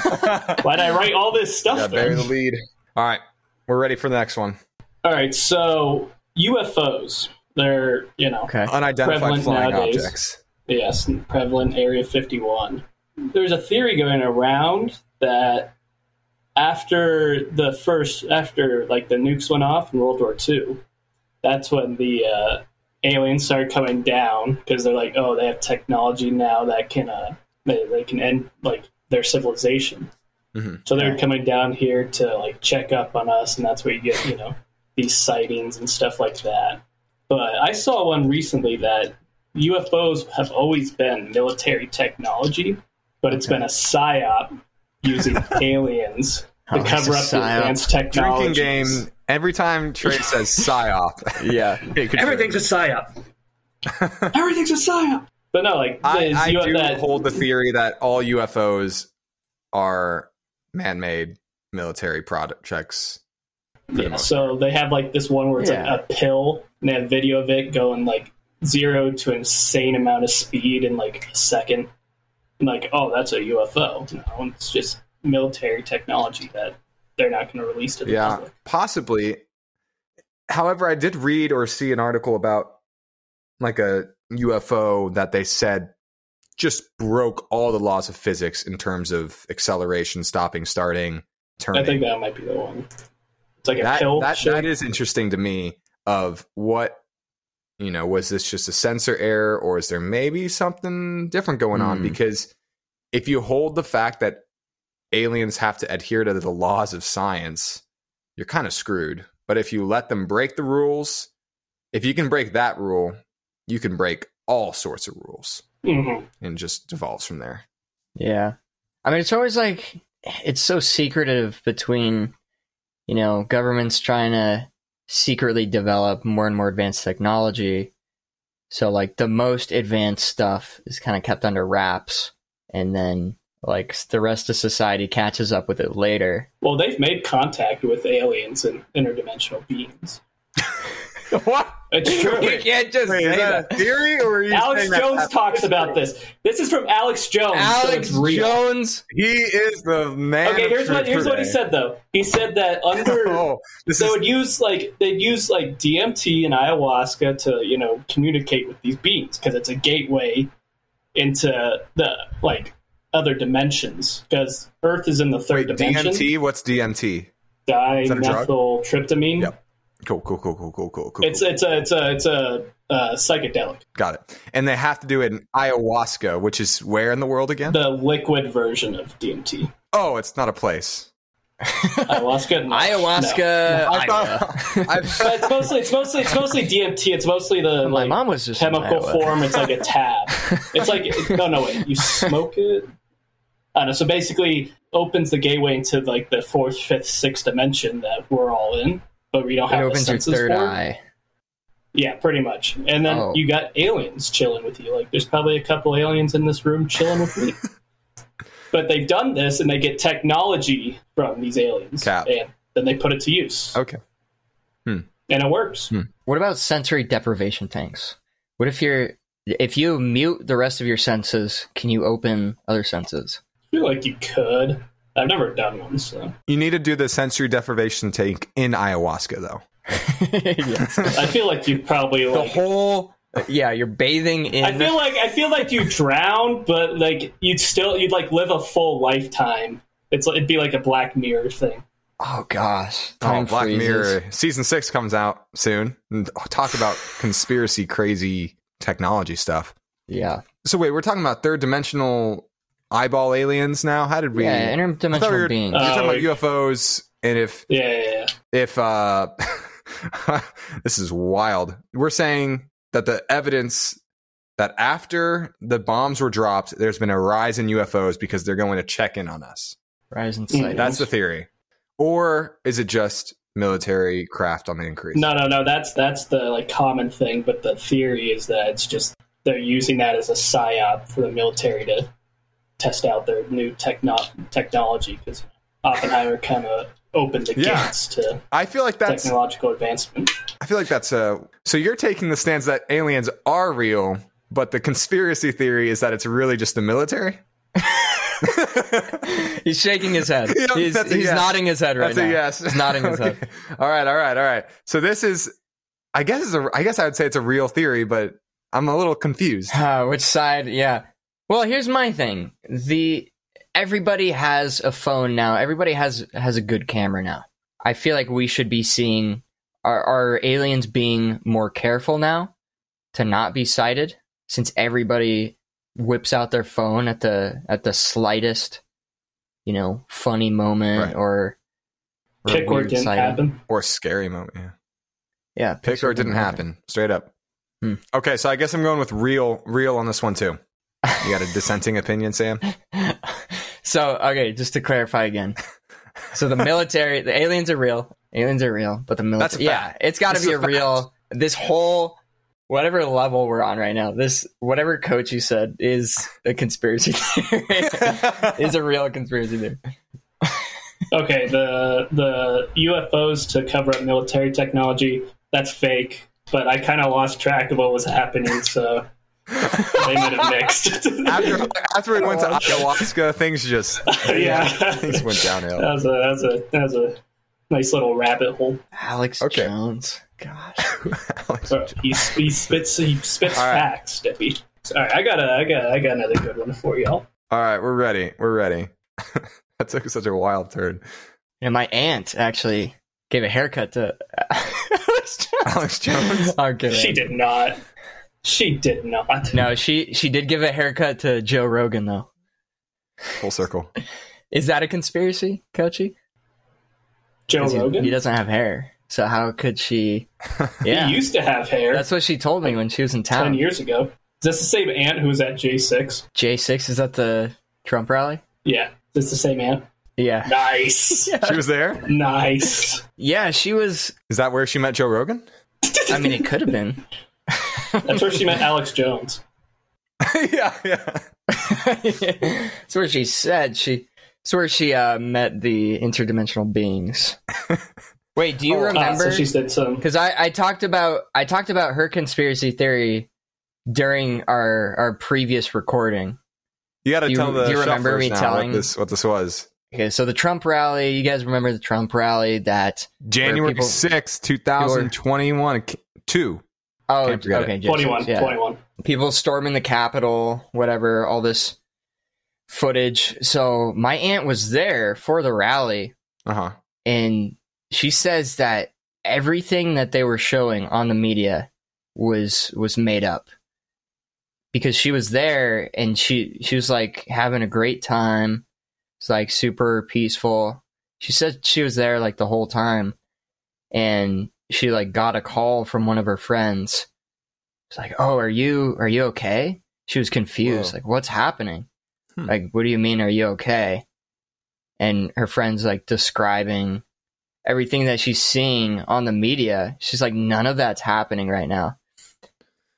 Speaker 1: Why'd I write all this stuff?
Speaker 2: Yeah,
Speaker 1: then?
Speaker 2: bury the lead. All right, we're ready for the next one.
Speaker 1: All right, so UFOs, they're you know
Speaker 3: Okay.
Speaker 2: Unidentified
Speaker 1: Prevalent
Speaker 2: flying
Speaker 1: nowadays.
Speaker 2: objects.
Speaker 1: Yes, prevalent Area 51. There's a theory going around that after the first, after like the nukes went off in World War II, that's when the uh, aliens start coming down because they're like, oh, they have technology now that can uh, they, they can end like their civilization.
Speaker 2: Mhm.
Speaker 1: So they're
Speaker 3: Right.
Speaker 1: coming down here to like check up on us, and that's where you get you know these sightings and stuff like that. But I saw one recently that UFOs have always been military technology, but it's
Speaker 3: Okay.
Speaker 1: been a psyop using aliens to
Speaker 3: Oh, it's
Speaker 1: cover
Speaker 3: a
Speaker 1: up the
Speaker 3: psyop.
Speaker 1: advanced technology.
Speaker 2: Drinking game. Every time Trey says psyop,
Speaker 3: Yeah.
Speaker 2: it could
Speaker 1: Everything's a psyop. Everything's a psyop. But no, like
Speaker 2: I,
Speaker 1: is
Speaker 2: I
Speaker 1: you have
Speaker 2: do
Speaker 1: that-
Speaker 2: hold the theory that all UFOs are man-made military projects. for the
Speaker 1: Yeah,
Speaker 2: most
Speaker 1: so they have like this one where it's
Speaker 3: Yeah.
Speaker 1: like a pill, and they have video of it going like zero to an insane amount of speed in like a second. And like, oh, that's a UFO. No, it's just military technology that they're not going to release to the
Speaker 2: Yeah,
Speaker 1: public.
Speaker 2: possibly. However, I did read or see an article about like a UFO that they said just broke all the laws of physics in terms of acceleration, stopping, starting, turning.
Speaker 1: I think that might be the one. It's like a
Speaker 2: that,
Speaker 1: pill.
Speaker 2: that,
Speaker 1: shape.
Speaker 2: that is interesting to me of what you know was this just a sensor error or is there maybe something different going on
Speaker 3: Hmm.
Speaker 2: because if you hold the fact that aliens have to adhere to the laws of science you're kind of screwed but if you let them break the rules if you can break that rule you can break all sorts of rules
Speaker 1: Mhm.
Speaker 2: and it just devolves from there
Speaker 3: Yeah. I mean, it's always like it's so secretive between, you know, governments trying to secretly develop more and more advanced technology. So, like, the most advanced stuff is kind of kept under wraps. And then, like, the rest of society catches up with it later.
Speaker 1: Well, they've made contact with aliens and interdimensional beings.
Speaker 2: what
Speaker 1: It's true.
Speaker 3: can't just
Speaker 2: Wait, is that a theory or are you
Speaker 1: Alex
Speaker 2: saying that-
Speaker 1: Jones talks about this. This is from Alex Jones. so
Speaker 3: Alex
Speaker 1: Oh, it's real.
Speaker 3: Jones.
Speaker 2: he is the man
Speaker 1: Okay,
Speaker 2: of
Speaker 1: here's what
Speaker 2: truth
Speaker 1: here's what he
Speaker 2: today.
Speaker 1: said though. He said that under
Speaker 2: oh, this
Speaker 1: they
Speaker 2: is
Speaker 1: would use like they'd use like DMT and ayahuasca to you know communicate with these beings because it's a gateway into the like other dimensions because Earth is in the
Speaker 2: wait
Speaker 1: third dimension.
Speaker 2: DMT. What's DMT? that a drug?
Speaker 1: Dimethyltryptamine.
Speaker 2: Yep. Cool, cool, cool, cool, cool, cool, cool.
Speaker 1: It's
Speaker 2: cool.
Speaker 1: it's a it's a it's a uh, psychedelic.
Speaker 2: Got it. And they have to do it in ayahuasca, which is where in the world again?
Speaker 1: The liquid version of DMT.
Speaker 2: oh, it's not a place.
Speaker 1: Ayahuasca. No.
Speaker 3: Ayahuasca.
Speaker 1: No.
Speaker 2: I
Speaker 3: Iowa.
Speaker 2: thought. I,
Speaker 1: But it's mostly it's mostly it's mostly DMT. It's mostly the
Speaker 3: My
Speaker 1: like,
Speaker 3: mom was just in
Speaker 1: chemical
Speaker 3: Iowa.
Speaker 1: form. It's like a tab. It's like no, no, wait. You smoke it. I don't know. So basically, opens the gateway into like the fourth, fifth, sixth dimension that we're all in, but we don't
Speaker 3: It
Speaker 1: have the
Speaker 3: opens your
Speaker 1: senses
Speaker 3: third
Speaker 1: for. it.
Speaker 3: eye.
Speaker 1: Yeah, pretty much. And then
Speaker 3: Oh.
Speaker 1: you got aliens chilling with you. Like, there's probably a couple aliens in this room chilling with me. but they've done this, and they get technology from these aliens,
Speaker 2: Cap.
Speaker 1: and then they put it to use,
Speaker 2: okay.
Speaker 1: and it works.
Speaker 3: What about sensory deprivation tanks? What if you're if you mute the rest of your senses, can you open other senses?
Speaker 1: I feel like you could. I've never done one, so.
Speaker 2: You need to do the sensory deprivation tank in ayahuasca, though.
Speaker 3: Yes.
Speaker 1: I feel like you probably
Speaker 2: The
Speaker 1: like.
Speaker 2: whole.
Speaker 3: yeah, you're bathing in
Speaker 1: I feel like I feel like you drown, but like you'd still you'd like live a full lifetime. It's like, it'd be like a Black Mirror thing.
Speaker 3: Oh gosh.
Speaker 2: Oh,
Speaker 3: Time
Speaker 2: Black
Speaker 3: freezes.
Speaker 2: Mirror season six comes out soon. And Talk about conspiracy, crazy technology stuff.
Speaker 3: Yeah.
Speaker 2: So wait, we're talking about third dimensional eyeball aliens now. How did we?
Speaker 3: yeah,
Speaker 2: I thought
Speaker 3: interdimensional
Speaker 2: we were,
Speaker 3: beings.
Speaker 2: we were
Speaker 1: Uh,
Speaker 2: talking about UFOs, and if
Speaker 1: Yeah, yeah, yeah.
Speaker 2: if uh, this is wild, we're saying that the evidence that after the bombs were dropped, there's been a rise in UFOs because they're going to check in on us.
Speaker 3: Rise and sight.
Speaker 2: That's the theory, or is it just military craft on the increase?
Speaker 1: No, no, no. That's that's the like common thing, but the theory is that it's just they're using that as a psyop for the military to test out their new techno- technology because Oppenheimer kind of opened the
Speaker 2: Yeah.
Speaker 1: gates to
Speaker 2: I feel like that's
Speaker 1: technological advancement.
Speaker 2: I feel like that's a. So you're taking the stance that aliens are real, but the conspiracy theory is that it's really just the military.
Speaker 3: He's shaking his head.
Speaker 2: Yeah,
Speaker 3: he's
Speaker 2: that's a
Speaker 3: he's
Speaker 2: yes.
Speaker 3: nodding his head right
Speaker 2: That's
Speaker 3: now.
Speaker 2: a yes.
Speaker 3: He's nodding his head.
Speaker 2: Okay. All right, all right, all right. So this is, I guess, it's a, I guess I would say it's a real theory, but I'm a little confused.
Speaker 3: Uh, which side? Yeah. Well, here's my thing. The everybody has a phone now. Everybody has has a good camera now. I feel like we should be seeing Are, are aliens being more careful now to not be sighted since everybody whips out their phone at the at the slightest, you know, funny moment
Speaker 2: Right.
Speaker 3: or, or
Speaker 1: Pick or
Speaker 3: weird
Speaker 1: didn't
Speaker 3: sighting?
Speaker 1: happen.
Speaker 2: Or scary moment. Yeah.
Speaker 3: Yeah,
Speaker 2: Pick or it didn't happen. Straight up.
Speaker 3: Hmm.
Speaker 2: Okay, so I guess I'm going with real, real on this one too. You got a dissenting opinion, Sam?
Speaker 3: so okay, just to clarify again. So the military, the aliens are real. Aliens are real, but the
Speaker 2: That's a
Speaker 3: military, yeah,
Speaker 2: fact.
Speaker 3: it's got to
Speaker 2: It's
Speaker 3: be
Speaker 2: a
Speaker 3: a real. This whole whatever level we're on right now, this whatever coach you said is a conspiracy theory. is a real conspiracy theory.
Speaker 1: Okay, the the UFOs to cover up military technology. That's fake. But I kind of lost track of what was happening, so they might have mixed.
Speaker 2: after after we went to ayahuasca, things just
Speaker 1: yeah,
Speaker 2: things went downhill.
Speaker 1: That was a that's a that's a nice little rabbit hole.
Speaker 3: Alex
Speaker 2: Okay.
Speaker 3: Jones, gosh,
Speaker 2: Alex,
Speaker 1: So he, he spits he spits
Speaker 2: All right.
Speaker 1: facts, Dippy. All right, I got a I got I got another good one for y'all.
Speaker 2: All right, we're ready. We're ready. that took such a wild turn.
Speaker 3: and my aunt actually gave a haircut to Alex
Speaker 2: Alex Jones.
Speaker 3: Jones. Our good
Speaker 1: She
Speaker 3: aunt.
Speaker 1: did not. She did not.
Speaker 3: No, she she did give a haircut to Joe Rogan though.
Speaker 2: Full circle.
Speaker 3: Is that a conspiracy, Coachy?
Speaker 1: Joe
Speaker 3: 'Cause he-
Speaker 1: Rogan.
Speaker 3: He
Speaker 1: He,
Speaker 3: doesn't have hair. So how could she? Yeah,
Speaker 1: used to have hair
Speaker 3: that's what she told me when she was in
Speaker 1: ten
Speaker 3: town.
Speaker 1: years ago. Is this the same aunt who was at J six?
Speaker 3: J six is at the Trump rally.
Speaker 1: Yeah, this is the same aunt.
Speaker 3: Yeah,
Speaker 1: Nice,
Speaker 2: She was there.
Speaker 1: nice.
Speaker 3: yeah, she was.
Speaker 2: Is that where she met Joe Rogan?
Speaker 3: I mean, it could have been.
Speaker 1: That's where she met Alex Jones.
Speaker 2: yeah, yeah.
Speaker 3: it's where she said she. It's where she uh, met the interdimensional beings. Wait, do you
Speaker 2: Oh, uh,
Speaker 1: Uh,
Speaker 3: remember?
Speaker 1: so she said some.
Speaker 3: because I, I talked about I talked about her conspiracy theory during our our previous recording.
Speaker 2: You got to
Speaker 3: You-
Speaker 2: tell the
Speaker 3: do you remember
Speaker 2: shufflers
Speaker 3: me
Speaker 2: now
Speaker 3: telling-
Speaker 2: what this what this was.
Speaker 3: Okay, so the Trump rally, you guys remember the Trump rally that
Speaker 2: January
Speaker 3: people-
Speaker 2: sixth, two 2021. K- Two.
Speaker 3: oh
Speaker 2: Can't forget
Speaker 3: okay, J6,
Speaker 1: 21,
Speaker 3: yeah.
Speaker 1: 21.
Speaker 3: people storming the Capitol, whatever, all this footage. So my aunt was there for the rally
Speaker 2: Uh huh.
Speaker 3: and she says that everything that they were showing on the media was was made up because she was there and she she was like having a great time it's like super peaceful she said she was there like the whole time and she like got a call from one of her friends it's like oh are you are you okay she was confused
Speaker 2: Whoa.
Speaker 3: like what's happening
Speaker 2: Hmm.
Speaker 3: like what do you mean are you okay and her friends like describing everything that she's seeing on the media she's like none of that's happening right now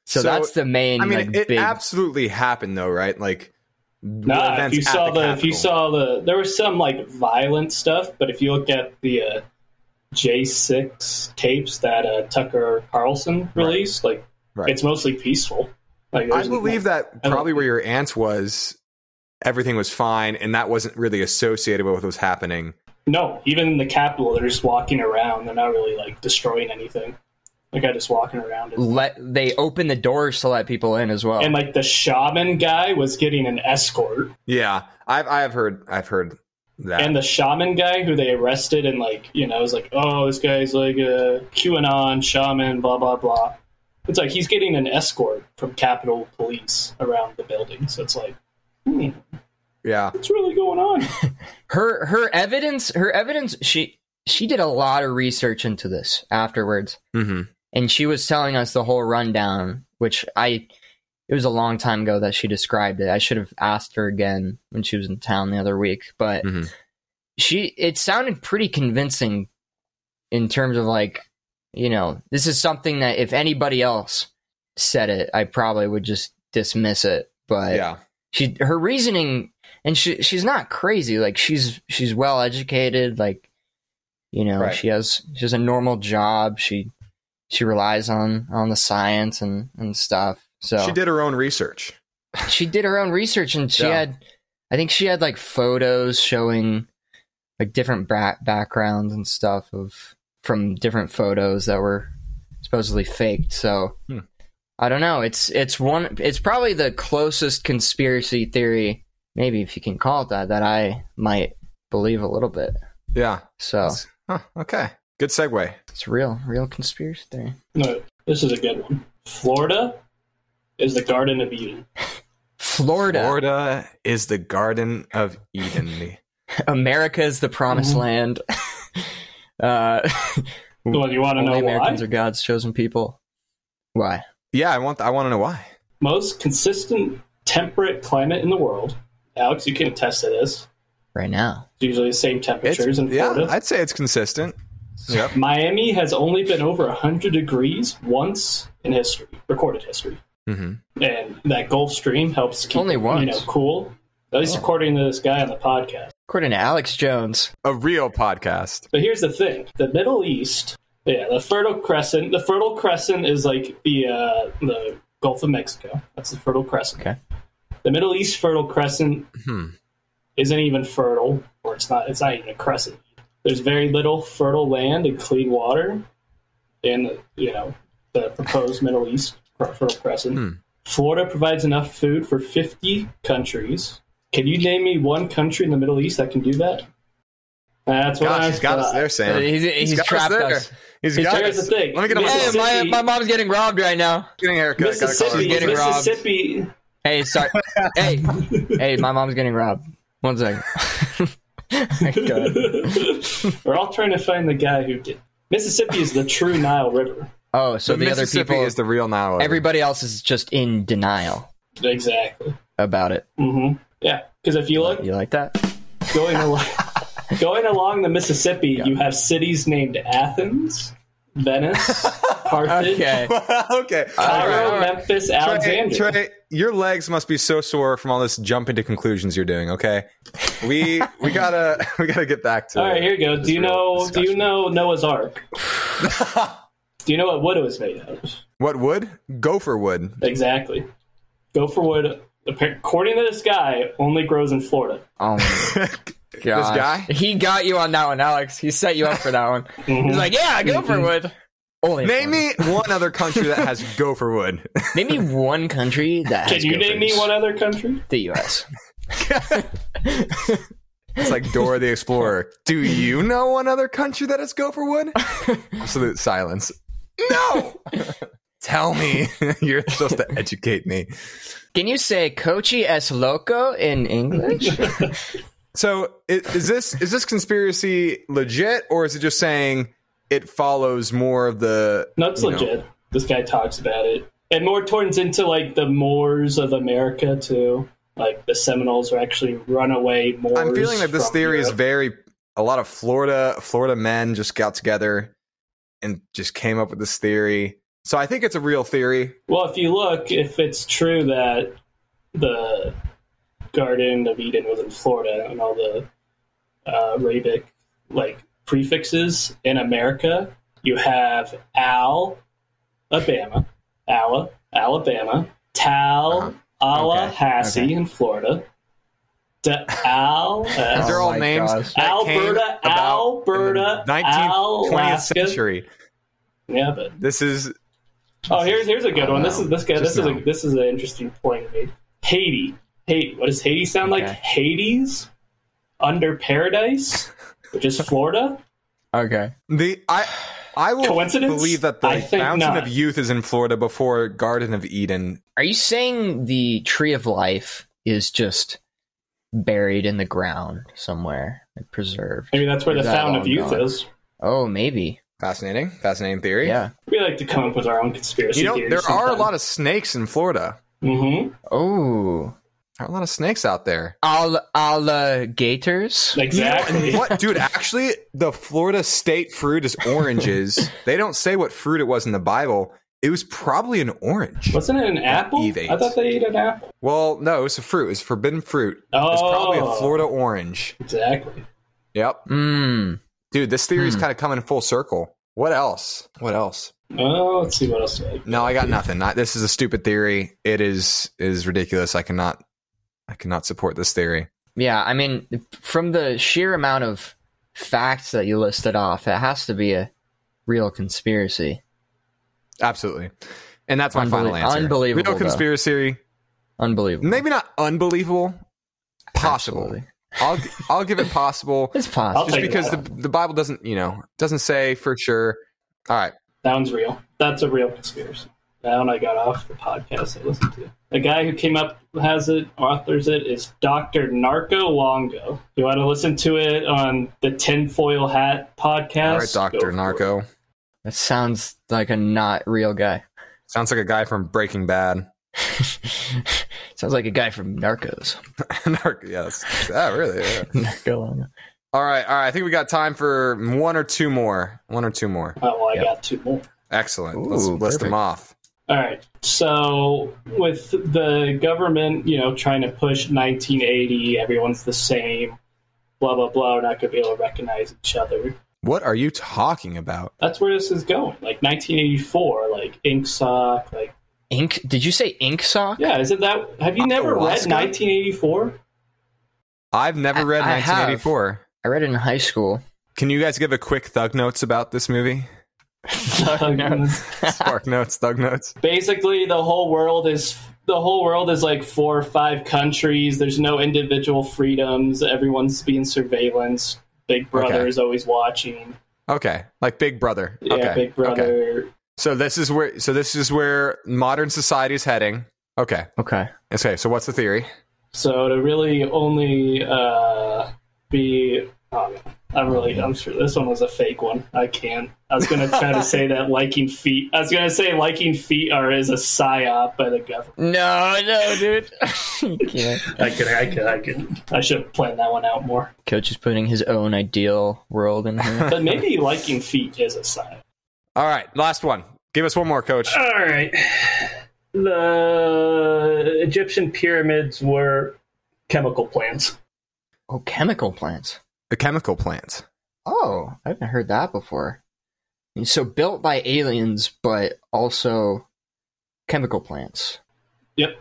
Speaker 3: so,
Speaker 2: So,
Speaker 3: that's the main
Speaker 2: I mean,
Speaker 3: like
Speaker 2: it
Speaker 3: big
Speaker 2: absolutely happened though, right? Like,
Speaker 1: Nah, if you saw the, if you
Speaker 2: Capitol.
Speaker 1: saw the there was some like violent stuff, but if you look at the uh, J six tapes that uh, Tucker Carlson released, like
Speaker 2: Right.
Speaker 1: it's mostly peaceful. Like
Speaker 2: I believe that
Speaker 1: I
Speaker 2: probably where your aunt was, everything was fine, and that wasn't really associated with what was happening.
Speaker 1: no, even in the Capitol, they're just walking around. They're not really like destroying anything. Like I just walking around, and,
Speaker 3: let they open the doors to let people in as well.
Speaker 1: and like the shaman guy was getting an escort,
Speaker 2: Yeah, I've I've heard I've heard that.
Speaker 1: and the shaman guy who they arrested and like you know was like, oh, this guy's like a QAnon shaman, blah blah blah. It's like he's getting an escort from Capitol Police around the building, so it's like, hmm,
Speaker 2: yeah,
Speaker 1: what's really going on?
Speaker 3: her her evidence her evidence she she did a lot of research into this afterwards
Speaker 2: hmm
Speaker 3: and she was telling us the whole rundown which I it was a long time ago that she described it. I should have asked her again when she was in town the other week, but
Speaker 2: Mhm.
Speaker 3: she it sounded pretty convincing in terms of like, you know, this is something that if anybody else said it, I probably would just dismiss it, but
Speaker 2: yeah.
Speaker 3: she her reasoning and she she's not crazy like she's she's well educated like you know
Speaker 2: Right.
Speaker 3: she has she has a normal job she she relies on on the science and and stuff so
Speaker 2: She did her own research.
Speaker 3: she did her own research and she
Speaker 2: Yeah.
Speaker 3: had i think she had like photos showing like different bra- backgrounds and stuff of from different photos that were supposedly faked so
Speaker 2: Hmm.
Speaker 3: i don't know it's it's one it's probably the closest conspiracy theory maybe if you can call it that that i might believe a little bit
Speaker 2: Yeah.
Speaker 3: so
Speaker 2: Huh, okay. Good segue.
Speaker 3: It's real, real conspiracy theory.
Speaker 1: No, this is a good one. Florida is the Garden of Eden.
Speaker 3: Florida,
Speaker 2: Florida is the Garden of Eden.
Speaker 3: America is the promised
Speaker 2: Mm-hmm.
Speaker 1: Mhm.
Speaker 3: land. uh,
Speaker 1: Well, you want to
Speaker 3: only
Speaker 1: know why?
Speaker 3: Americans are God's chosen people. Why?
Speaker 2: yeah, I want. I want to know why.
Speaker 1: Most consistent temperate climate in the world. Alex, you can attest to this.
Speaker 3: Right now.
Speaker 1: It's usually the same
Speaker 2: It's,
Speaker 1: temperatures in
Speaker 2: yeah,
Speaker 1: Florida.
Speaker 2: I'd say it's consistent. Yep.
Speaker 1: Miami has only been over 100 degrees once in history, recorded history.
Speaker 2: hmm
Speaker 1: And that Gulf Stream helps keep
Speaker 3: Only
Speaker 1: it,
Speaker 3: once.
Speaker 1: you know, cool. At least
Speaker 3: Oh.
Speaker 1: according to this guy on the podcast.
Speaker 3: According to Alex Jones,
Speaker 2: A real podcast.
Speaker 1: But here's the thing: the Middle East, yeah, the Fertile Crescent. The Fertile Crescent is like the uh, the Gulf of Mexico. That's the Fertile Crescent.
Speaker 3: Okay.
Speaker 1: The Middle East Fertile Crescent
Speaker 2: Hmm.
Speaker 1: isn't even fertile, or it's not. It's not even a crescent. There's very little fertile land and clean water in you know the proposed Middle East Fertile Crescent.
Speaker 2: Hmm.
Speaker 1: Florida provides enough food for 50 countries. Can you name me one country in the Middle East that can do that? That's what
Speaker 2: Gosh,
Speaker 1: I uh,
Speaker 2: he's got us
Speaker 1: thought.
Speaker 2: there, Sam.
Speaker 3: He's- he's
Speaker 2: got
Speaker 3: trapped
Speaker 2: there.
Speaker 3: us.
Speaker 2: he's got
Speaker 1: Here's
Speaker 2: us.
Speaker 1: the thing.
Speaker 2: Let me get him.
Speaker 1: Hey,
Speaker 2: on
Speaker 3: Hey,
Speaker 2: the-
Speaker 1: my-
Speaker 3: my,
Speaker 1: my
Speaker 3: mom's getting robbed right now.
Speaker 2: Getting a haircut. gotta call
Speaker 1: Mississippi,
Speaker 2: it.
Speaker 3: She's getting robbed.
Speaker 1: Mississippi.
Speaker 3: Hey, sorry. hey, hey, my mom's getting robbed. One second. Go ahead.
Speaker 1: We're all trying to find the guy who did. Mississippi is the true Nile River.
Speaker 3: Oh, so the other
Speaker 2: Mississippi
Speaker 3: people,
Speaker 2: is the real now.
Speaker 3: everybody else is just in denial
Speaker 1: Exactly.
Speaker 3: about it.
Speaker 1: hmm Yeah, because if you look
Speaker 3: You like that?
Speaker 1: going along, going along the Mississippi, you have cities named Athens, Venice, Carthage,
Speaker 3: Okay.
Speaker 2: okay.
Speaker 1: Cairo,
Speaker 3: All right, all right.
Speaker 1: Memphis,
Speaker 2: Uh, Trey,
Speaker 1: Alexandria.
Speaker 2: Trey, your legs must be so sore from all this jumping to conclusions you're doing. Okay, we we gotta we gotta get back to.
Speaker 1: All right, here you go.
Speaker 2: this
Speaker 1: Do you
Speaker 2: real
Speaker 1: know? Do you
Speaker 2: discussion.
Speaker 1: know Noah's Ark? Do you know what wood it was made of?
Speaker 2: What wood? Gopher wood.
Speaker 1: Exactly. Gopher wood, appa- according to this guy, only grows in Florida.
Speaker 3: Oh my
Speaker 2: this
Speaker 3: gosh.
Speaker 2: guy.
Speaker 3: He got you on that one, Alex. He set you up for that one.
Speaker 1: Mm-hmm.
Speaker 3: He's like, yeah, go for wood. Only
Speaker 2: Name
Speaker 3: one.
Speaker 2: me one other country that has gopher wood.
Speaker 3: Name me one country that
Speaker 1: Can
Speaker 3: has
Speaker 1: you name me
Speaker 3: gophers.
Speaker 1: one other country?
Speaker 3: The U.S.
Speaker 2: It's like Dora the Explorer. Do you know one other country that has gopher wood? Absolute silence. No. Tell me. You're supposed to educate me.
Speaker 3: Can you say "cochi es loco" in English?
Speaker 2: So i- is this is this conspiracy legit or is it just saying it follows more of the
Speaker 1: No, it's
Speaker 2: you know,
Speaker 1: legit. This guy talks about it. And more turns into like the Moors of America too. Like the Seminoles are actually runaway Moors.
Speaker 2: I'm feeling like this
Speaker 1: from
Speaker 2: theory is
Speaker 1: Europe.
Speaker 2: very a lot of Florida Florida men just got together and just came up with this theory. So I think it's a real theory.
Speaker 1: well. If you look, if it's true that the Garden of Eden was in Florida and all the uh, Arabic like prefixes in America, you have Al, Alabama, Ala, Alabama,
Speaker 2: Uh-huh.
Speaker 1: Tal, Tallahassee
Speaker 3: Okay, okay.
Speaker 1: in Florida, De Al.
Speaker 3: Oh
Speaker 2: They're all
Speaker 3: my
Speaker 2: names
Speaker 3: gosh.
Speaker 2: that
Speaker 1: Alberta,
Speaker 2: came about
Speaker 1: Alberta,
Speaker 2: in the 19th, 20th
Speaker 1: Alaska.
Speaker 2: century.
Speaker 1: Yeah, but
Speaker 2: This is
Speaker 1: oh, here's here's a good one. This is this guy.
Speaker 2: Just
Speaker 1: This is
Speaker 2: now.
Speaker 1: a, this is an interesting point you made. Haiti, Haiti. What does Haiti sound like?
Speaker 3: Okay.
Speaker 1: Hades, under paradise, which is Florida.
Speaker 3: okay.
Speaker 2: the I I will
Speaker 1: Coincidence?
Speaker 2: believe that the
Speaker 1: I think
Speaker 2: fountain
Speaker 1: not.
Speaker 2: of youth is in Florida before Garden of Eden.
Speaker 3: Are you saying the tree of life is just buried in the ground somewhere, like preserved?
Speaker 1: Maybe that's where the
Speaker 3: Is that
Speaker 1: fountain
Speaker 3: all
Speaker 1: of youth
Speaker 3: gone?
Speaker 1: is.
Speaker 3: Oh, maybe.
Speaker 2: Fascinating, fascinating theory.
Speaker 3: Yeah.
Speaker 1: We like to come up with our own conspiracy
Speaker 2: You know,
Speaker 1: theories.
Speaker 2: there are a lot of snakes in Florida.
Speaker 1: hmm
Speaker 3: Oh,
Speaker 2: There are a lot of snakes out there.
Speaker 3: all alligators.
Speaker 1: Exactly.
Speaker 2: What, dude? Actually, the Florida state fruit is oranges. they don't say what fruit it was in the Bible. It was probably an orange.
Speaker 1: Wasn't it an apple?
Speaker 2: Eve ate.
Speaker 1: I thought they ate an apple.
Speaker 2: Well, no, it's a fruit. It's forbidden fruit. It's probably a
Speaker 1: Oh.
Speaker 2: Florida orange.
Speaker 1: Exactly.
Speaker 2: Yep,
Speaker 3: Mmm.
Speaker 2: dude. This theory's
Speaker 3: Hmm.
Speaker 2: kind of coming full circle. What else? What else?
Speaker 1: Oh, let's see what else. we-
Speaker 2: No, I got nothing. I, this is a stupid theory. It is it is ridiculous. I cannot I cannot support this theory.
Speaker 3: Yeah, I mean, from the sheer amount of facts that you listed off, it has to be a real conspiracy.
Speaker 2: Absolutely. And that's my
Speaker 3: Unbelie-
Speaker 2: final answer.
Speaker 3: unbelievable,
Speaker 2: Real
Speaker 3: though.
Speaker 2: conspiracy.
Speaker 3: Unbelievable.
Speaker 2: Maybe not unbelievable. Possible.
Speaker 3: Absolutely.
Speaker 2: I'll I'll give it possible
Speaker 3: It's possible.
Speaker 1: I'll
Speaker 2: just
Speaker 1: take
Speaker 2: because the,
Speaker 1: that.
Speaker 2: the Bible doesn't you know doesn't say for sure. All right,
Speaker 1: That one's real. That's a real conspiracy. That one I got off the podcast I listened to. The guy who came up has it, authors it, is Dr. Narco Longo. You want to listen to it on the Tinfoil Hat podcast?
Speaker 2: all right,
Speaker 1: Go for
Speaker 2: Doctor
Speaker 1: it.
Speaker 2: Narco
Speaker 3: That sounds like a not real guy.
Speaker 2: sounds like a guy from Breaking Bad.
Speaker 3: sounds like a guy from Narcos.
Speaker 2: Narco, yes, yeah, really. yeah.
Speaker 3: Narco.
Speaker 2: All right, all right. I think we got time for one or two more. One or two more.
Speaker 1: Oh, well, I
Speaker 3: Yep.
Speaker 1: got two more.
Speaker 2: Excellent. Let's
Speaker 3: Ooh,
Speaker 2: list
Speaker 3: perfect.
Speaker 2: them off.
Speaker 1: All right. So with the government, you know, trying to push 1980, everyone's the same, blah blah blah. We're not going to be able to recognize each other.
Speaker 2: What are you talking about?
Speaker 1: That's where this is going. Like 1984, like Ink Sock. Like,
Speaker 3: Ink? Did you say ink sock?
Speaker 1: yeah, isn't that? Have you never read
Speaker 2: Ayahuasca?
Speaker 1: 1984?
Speaker 2: I've never
Speaker 3: I-
Speaker 2: read
Speaker 3: I have.
Speaker 2: 1984.
Speaker 3: I read it in high school.
Speaker 2: Can you guys give a quick thug notes about this movie? Oh, Spark notes, thug notes.
Speaker 1: Basically, the whole world is the whole world is like four or five countries. There's no individual freedoms. Everyone's being surveillance. Big Brother
Speaker 2: Okay.
Speaker 1: is always watching.
Speaker 2: Okay, like Big Brother.
Speaker 1: Yeah,
Speaker 2: okay.
Speaker 1: Big
Speaker 2: Okay.
Speaker 1: Brother.
Speaker 2: So this is where so this is where modern society is heading. Okay.
Speaker 3: okay.
Speaker 2: Okay. So what's the theory?
Speaker 1: So to really only uh, be, oh, I'm really, I'm sure this one was a fake one. I can't. I was gonna try to say that liking feet. I was gonna say liking feet are is a psyop by the government.
Speaker 3: No, no, dude. You can't.
Speaker 1: I could, I could, I could. I should have planned that one out more.
Speaker 3: Coach is putting his own ideal world in here.
Speaker 1: But maybe liking feet is a psyop.
Speaker 2: All right, last one. Give us one more, coach.
Speaker 1: All right. The Egyptian pyramids were chemical plants.
Speaker 3: oh, chemical plants.
Speaker 2: The chemical plant.
Speaker 3: Oh, I haven't heard that before. And So built by aliens, but also chemical plants.
Speaker 1: Yep.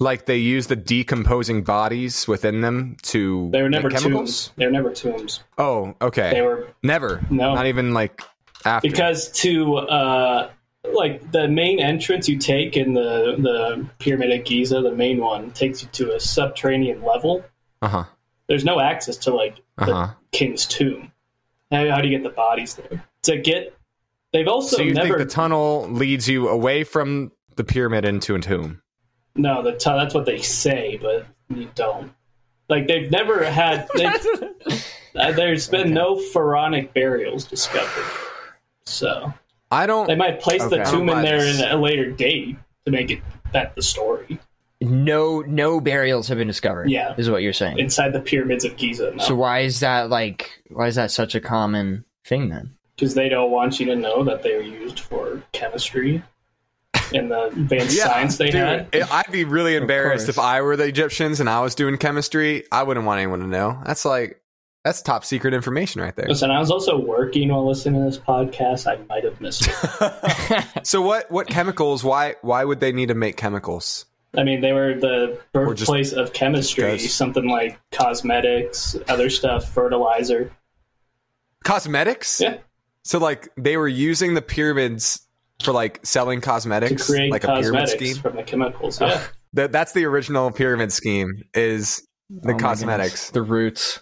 Speaker 2: Like they use the decomposing bodies within them to
Speaker 1: They were
Speaker 2: make
Speaker 1: never
Speaker 2: chemicals.
Speaker 1: tombs. They were never tombs.
Speaker 2: Oh, okay.
Speaker 1: They were
Speaker 2: never.
Speaker 1: No.
Speaker 2: Not even like after.
Speaker 1: because to uh, like the main entrance you take in the the pyramid at Giza, the main one takes you to a subterranean level.
Speaker 2: uh huh.
Speaker 1: There's no access to like the
Speaker 2: Uh huh.
Speaker 1: king's tomb. How, how do you get the bodies there? To get, they've also
Speaker 2: So you
Speaker 1: never
Speaker 2: think the tunnel leads you away from the pyramid into a tomb?
Speaker 1: no the tu- that's what they say, but you don't. Like they've never had. They've, uh, there's been no pharaonic burials discovered, so
Speaker 2: I
Speaker 1: They
Speaker 2: don't.
Speaker 1: might place
Speaker 3: Okay.
Speaker 1: the
Speaker 3: I
Speaker 2: don't
Speaker 1: tomb in
Speaker 2: buy
Speaker 1: there
Speaker 2: this.
Speaker 1: in a later date to make it that the story
Speaker 3: No, no burials have been discovered.
Speaker 1: Yeah.
Speaker 3: is what you're saying.
Speaker 1: inside the pyramids of Giza.
Speaker 3: so why is that like? Why is that such a common thing then?
Speaker 1: because they don't want you to know that they were used for chemistry and the advanced science they
Speaker 2: dude,
Speaker 1: had.
Speaker 2: it- I'd be really embarrassed
Speaker 3: course.
Speaker 2: if I were the Egyptians and I was doing chemistry. I wouldn't want anyone to know. That's like that's top secret information right there.
Speaker 1: Listen, I was also working while listening to this podcast. I might have missed it.
Speaker 2: So what what chemicals? Why why would they need to make chemicals?
Speaker 1: I mean, they were the
Speaker 2: just-
Speaker 1: birthplace of chemistry,
Speaker 2: just guys.
Speaker 1: something like cosmetics, other stuff, fertilizer.
Speaker 2: Cosmetics?
Speaker 1: Yeah.
Speaker 2: So like they were using the pyramids for like selling
Speaker 1: To
Speaker 2: cosmetics,
Speaker 1: create
Speaker 2: like a pyramid
Speaker 1: cosmetics
Speaker 2: scheme.
Speaker 1: from the chemicals.
Speaker 3: Oh.
Speaker 1: Yeah.
Speaker 2: That that's the original pyramid scheme is the
Speaker 3: Oh my goodness.
Speaker 2: cosmetics.
Speaker 3: the roots.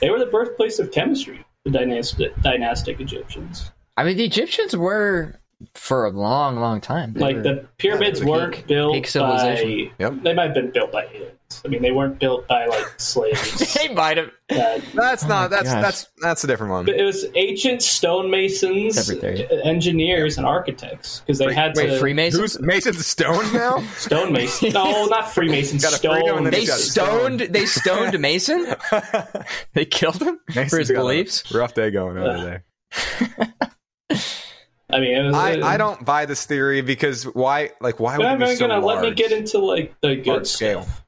Speaker 1: they were the birthplace of chemistry, the dynastic, dynastic Egyptians.
Speaker 3: I mean, the Egyptians were for a long, long time. They
Speaker 1: like
Speaker 3: were-
Speaker 1: the pyramids
Speaker 3: Yeah, the
Speaker 1: weren't
Speaker 3: peak-
Speaker 1: built
Speaker 3: peak civilization.
Speaker 1: by.
Speaker 2: Yep.
Speaker 1: They might have been built by aliens. I mean, they weren't built by like slaves.
Speaker 3: they might have.
Speaker 1: Uh,
Speaker 2: That's
Speaker 3: Oh my
Speaker 2: not that's
Speaker 3: gosh.
Speaker 2: that's that's a different one.
Speaker 1: but it was ancient stonemasons,
Speaker 3: It's everything.
Speaker 1: uh, engineers, and architects because they had
Speaker 3: Wait,
Speaker 1: to
Speaker 3: Freemasons?
Speaker 2: Who's Mason Stone now?
Speaker 1: stonemasons. no, not Freemasons.
Speaker 2: Got a
Speaker 1: Stone.
Speaker 2: freedom and then
Speaker 3: They
Speaker 2: He's got a
Speaker 3: stoned. They stoned Mason. they killed him for his
Speaker 2: Mason's got a
Speaker 3: beliefs.
Speaker 2: Rough day going over there.
Speaker 1: I mean, it was,
Speaker 2: I,
Speaker 1: uh,
Speaker 2: I don't buy this theory because why like why
Speaker 1: You're
Speaker 2: would
Speaker 1: not
Speaker 2: it be
Speaker 1: even
Speaker 2: so
Speaker 1: gonna
Speaker 2: large?
Speaker 1: let me get into like the
Speaker 2: large
Speaker 1: good
Speaker 2: scale.
Speaker 1: stuff.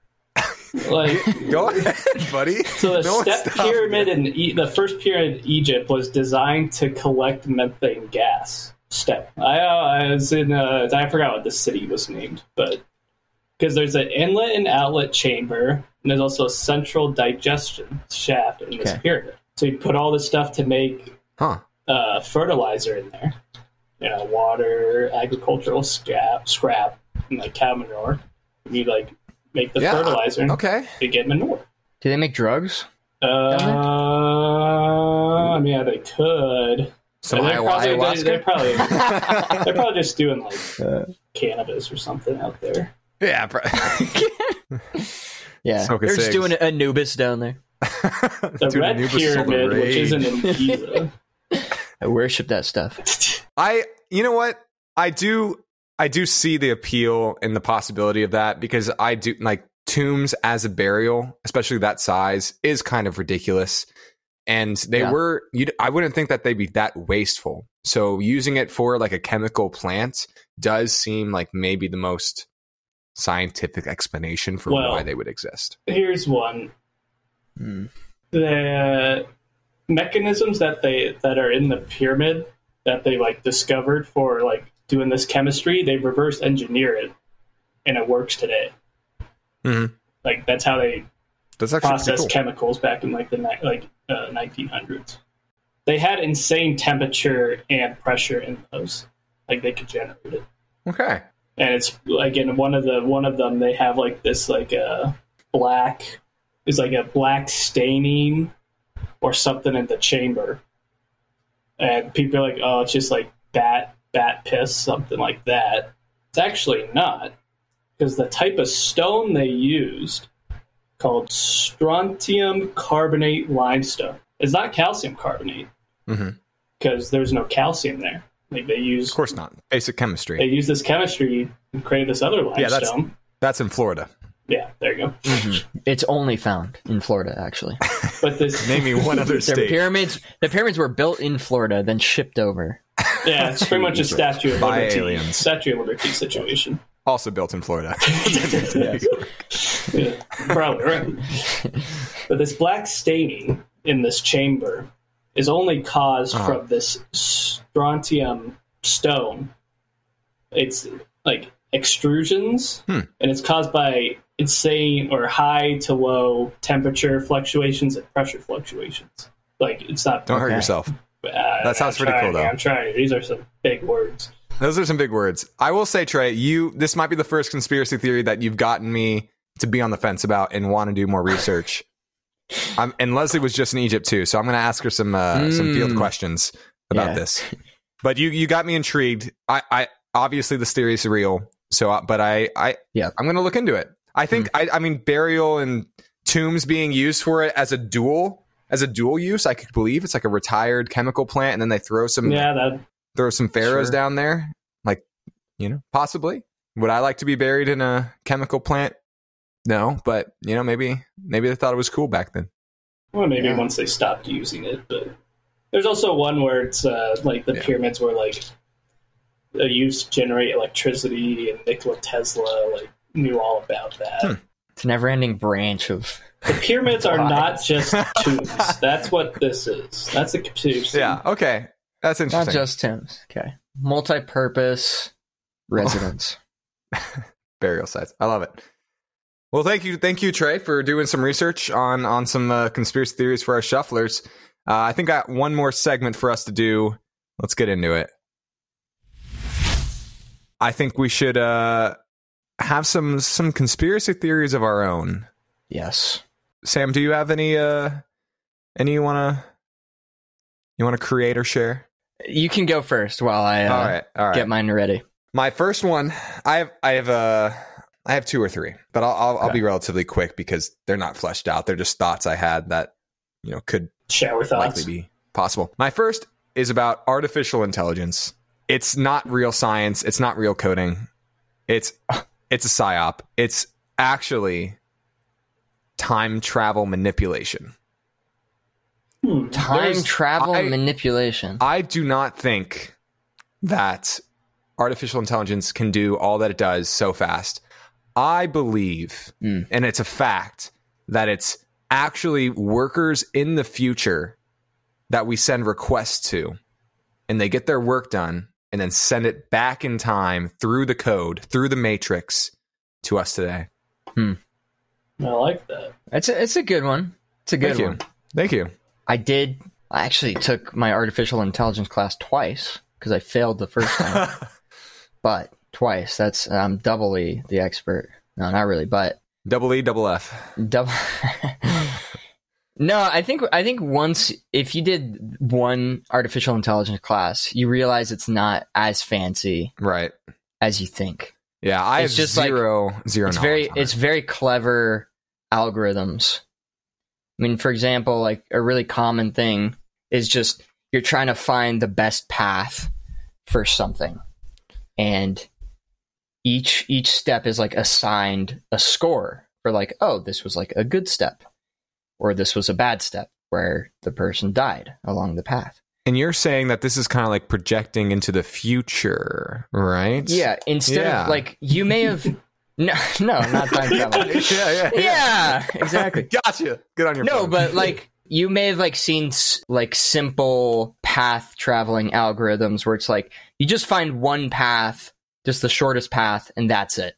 Speaker 1: Like
Speaker 2: Go ahead, buddy.
Speaker 1: So the
Speaker 2: No one
Speaker 1: step
Speaker 2: stopped
Speaker 1: pyramid
Speaker 2: you.
Speaker 1: in e- the first pyramid in Egypt was designed to collect methane gas. Step. I, uh, I was in. Uh, I forgot what the city was named, but because there's an inlet and outlet chamber, and there's also a central digestion shaft in this
Speaker 3: Okay.
Speaker 1: pyramid. So you put all this stuff to make
Speaker 2: Huh.
Speaker 1: uh, fertilizer in there. You know, water, agricultural scrap, scrap, and like cow manure. You like make the
Speaker 2: Yeah,
Speaker 1: fertilizer
Speaker 2: Okay.
Speaker 1: to get manure.
Speaker 3: Do they make drugs?
Speaker 1: Uh, yeah, they could.
Speaker 2: Some
Speaker 1: they're, probably, they,
Speaker 2: ayahuasca.
Speaker 1: they're probably
Speaker 2: yeah,
Speaker 1: they're probably just doing like
Speaker 3: Uh,
Speaker 1: cannabis or something out there.
Speaker 2: pro-
Speaker 3: yeah,
Speaker 2: Smoking
Speaker 3: they're just
Speaker 2: cigs.
Speaker 3: doing Anubis down there.
Speaker 1: The
Speaker 2: Dude,
Speaker 1: Red
Speaker 2: Anubis is the
Speaker 1: Pyramid, which
Speaker 2: rage.
Speaker 1: isn't in Giza.
Speaker 3: I worship that stuff.
Speaker 2: I you know what? I do I do see the appeal and the possibility of that because I do like tombs as a burial, especially that size, is kind of ridiculous. And they
Speaker 3: Yeah.
Speaker 2: were you I wouldn't think that they'd be that wasteful. So using it for like a chemical plant does seem like maybe the most scientific explanation for
Speaker 1: Well-
Speaker 2: why they would exist.
Speaker 1: Here's one.
Speaker 3: Hmm.
Speaker 1: The mechanisms that they that are in the pyramid that they like discovered for like doing this chemistry, they reverse engineer it and it works today.
Speaker 2: Mhm.
Speaker 1: Like that's how they
Speaker 2: That's actually pretty
Speaker 1: process
Speaker 2: cool.
Speaker 1: chemicals back in like the ni- like uh, 1900s. They had insane temperature and pressure in those, like they could generate it.
Speaker 2: okay.
Speaker 1: And it's like in one of the one of them, they have like this like a black, is like a black staining or something in the chamber, and people are like, oh, it's just like bat bat piss, something like that. It's actually not, because the type of stone they used called strontium carbonate limestone. It's not calcium carbonate
Speaker 2: Mhm.
Speaker 1: because there's no calcium there. Like they use,
Speaker 2: Of course not. Basic chemistry.
Speaker 1: they use this chemistry and created this other
Speaker 2: Yeah, that's-
Speaker 1: limestone.
Speaker 2: That's in Florida.
Speaker 1: Yeah, there you go.
Speaker 2: Mm-hmm.
Speaker 3: It's only found in Florida, actually.
Speaker 1: But this,
Speaker 2: Name me one other
Speaker 3: Their
Speaker 2: state.
Speaker 3: pyramids, the pyramids were built in Florida, then shipped over.
Speaker 1: yeah, it's pretty much a Statue of
Speaker 2: By
Speaker 1: Liberty,
Speaker 2: aliens.
Speaker 1: Statue of Liberty situation.
Speaker 2: Also built in Florida.
Speaker 1: Yeah, probably right. but this black staining in this chamber is only caused
Speaker 2: Uh-huh.
Speaker 1: from this strontium stone. It's like extrusions,
Speaker 2: Hmm.
Speaker 1: and it's caused by insane or high to low temperature fluctuations and pressure fluctuations. Like it's not.
Speaker 2: Don't hurt
Speaker 3: Okay.
Speaker 2: yourself.
Speaker 1: uh,
Speaker 2: That sounds
Speaker 1: I'm
Speaker 2: pretty cool,
Speaker 1: trying-
Speaker 2: though.
Speaker 1: I'm trying. These are some big words.
Speaker 2: Those are some big words. I will say, Trey, you this might be the first conspiracy theory that you've gotten me to be on the fence about and want to do more research. um, and Leslie was just in Egypt too, so I'm going to ask her some uh, some field
Speaker 3: Mm.
Speaker 2: questions about
Speaker 3: Yeah.
Speaker 2: this. But you you got me intrigued. I, I obviously this theory is real. So, uh, but I I
Speaker 3: Yeah. Mm.
Speaker 2: I'm going to look into it. I think I I mean burial and tombs being used for it as a dual as a dual use. I could believe it's like a retired chemical plant, and then they throw some
Speaker 1: Yeah, that
Speaker 2: throw some pharaohs
Speaker 3: Sure.
Speaker 2: down there like you know possibly would i like to be buried in a chemical plant no but you know maybe maybe they thought it was cool back then
Speaker 1: Well, maybe
Speaker 3: Yeah.
Speaker 1: once they stopped using it, but there's also one where it's uh, like the
Speaker 2: Yeah.
Speaker 1: pyramids were like they used to generate electricity, and Nikola Tesla like knew all about that.
Speaker 2: Hmm.
Speaker 3: It's a never-ending branch of.
Speaker 1: The pyramids are
Speaker 3: Why?
Speaker 1: not just tombs. That's what this is. That's a conspiracy.
Speaker 2: yeah Hmm. okay that's
Speaker 3: Not
Speaker 2: interesting
Speaker 3: just Tim's. Okay. Multi purpose residence.
Speaker 2: burial sites i love it well thank you thank you trey for doing some research on on some uh, conspiracy theories for our shufflers uh, i think i got one more segment for us to do let's get into it i think we should uh have some some conspiracy theories of our own
Speaker 3: yes.
Speaker 2: Sam, do you have any uh any you wanna you wanna create or share?
Speaker 3: You can go first while I uh,
Speaker 2: all right, all right.
Speaker 3: get mine ready.
Speaker 2: My first one, I have I have uh I have two or three, but I'll I'll, I'll be relatively quick because they're not fleshed out. They're just thoughts I had that you know could
Speaker 1: Shower thoughts.
Speaker 2: likely be possible. My first is about artificial intelligence. It's not real science. It's not real coding. It's it's a psyop. It's actually time travel manipulation.
Speaker 1: Hmm.
Speaker 3: Time
Speaker 2: There's-
Speaker 3: travel
Speaker 2: I-
Speaker 3: manipulation.
Speaker 2: I do not think that artificial intelligence can do all that it does so fast. I believe,
Speaker 3: Mm.
Speaker 2: and it's a fact, that it's actually workers in the future that we send requests to, and they get their work done and then send it back in time through the code, through the matrix to us today.
Speaker 1: I like that.
Speaker 3: It's a, it's a good one. It's a good
Speaker 2: Thank you.
Speaker 3: one.
Speaker 2: Thank you.
Speaker 3: I did. I actually took my artificial intelligence class twice because I failed the first time, but twice. That's I'm doubly the expert. No, not really, but
Speaker 2: double E, double F.
Speaker 3: double. No, I think I think once if you did one artificial intelligence class, you realize it's not as fancy
Speaker 2: Right.
Speaker 3: as you think.
Speaker 2: Yeah, I
Speaker 3: It's
Speaker 2: have
Speaker 3: just like-
Speaker 2: zero zero
Speaker 3: It's
Speaker 2: knowledge
Speaker 3: very
Speaker 2: on it.
Speaker 3: it's very clever algorithms. I mean, for example, like a really common thing is just you're trying to find the best path for something. And each each step is like assigned a score for like, oh, this was like a good step or this was a bad step where the person died along the path.
Speaker 2: And you're saying that this is kind of like projecting into the future, right?
Speaker 3: Yeah, instead
Speaker 2: Yeah.
Speaker 3: of like you may have no no, not time travel.
Speaker 2: yeah, yeah,
Speaker 3: yeah, exactly.
Speaker 2: Gotcha. Good on your
Speaker 3: No,
Speaker 2: phone.
Speaker 3: but like you may have like seen s- like simple path traveling algorithms where it's like you just find one path, just the shortest path, and that's it.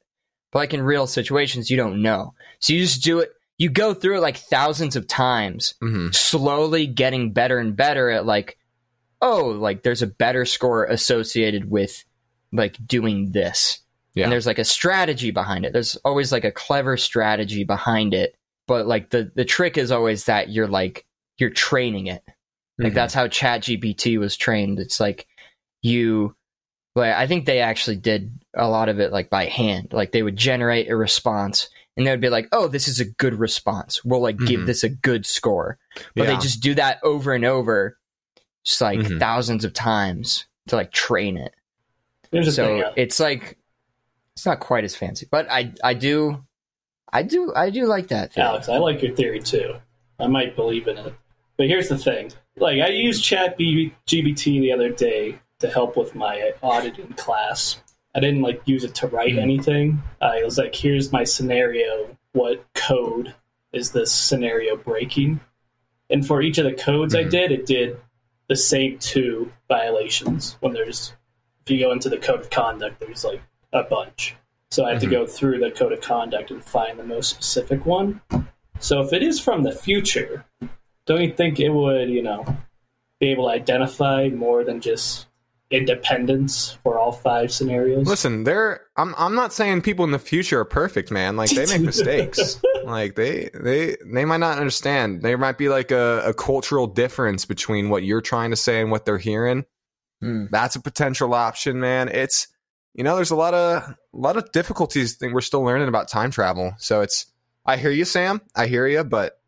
Speaker 3: But like in real situations, you don't know, so you just do it. You go through it like thousands of times,
Speaker 2: Mhm.
Speaker 3: slowly getting better and better at like, oh, like there's a better score associated with like doing this.
Speaker 2: Yeah.
Speaker 3: And there's like a strategy behind it. There's always like a clever strategy behind it. But like the the trick is always that you're like you're training it. Like
Speaker 2: Mhm.
Speaker 3: that's how Chat GPT was trained. It's like you like I think they actually did a lot of it like by hand. Like they would generate a response and they would be like, "Oh, this is a good response. We'll like
Speaker 2: Mhm.
Speaker 3: give this a good score."
Speaker 2: yeah.
Speaker 3: but they just do that over and over just like
Speaker 2: Mhm.
Speaker 3: thousands of times to like train it
Speaker 1: Interesting.
Speaker 3: so it's like it's not quite as fancy but i i do i do i do like that theory.
Speaker 1: Alex, I like your theory too. I might believe in it. But here's the thing. Like I used Chat B- GBT the other day to help with my auditing class. I didn't like use it to
Speaker 3: Hmm.
Speaker 1: write anything. I was like, here's my scenario. What code is this scenario breaking? And for each of the codes I
Speaker 3: Hmm.
Speaker 2: Mhm.
Speaker 1: did, it did the same two violations. When there's if you go into the code of conduct, there's like a bunch. So I have
Speaker 2: Mhm.
Speaker 1: to go through the code of conduct and find the most specific one. So if it is from the future, don't you think it would, you know, be able to identify more than just independence for all five scenarios?
Speaker 2: Listen, they're I'm I'm not saying people in the future are perfect, man. Like they make mistakes. like they they they might not understand. There might be like a, a cultural difference between what you're trying to say and what they're hearing.
Speaker 1: Mm-hmm.
Speaker 3: Hmm.
Speaker 2: That's a potential option, man. It's you know, there's a lot of a lot of difficulties that we're still learning about time travel. So it's I hear you, Sam. I hear you, but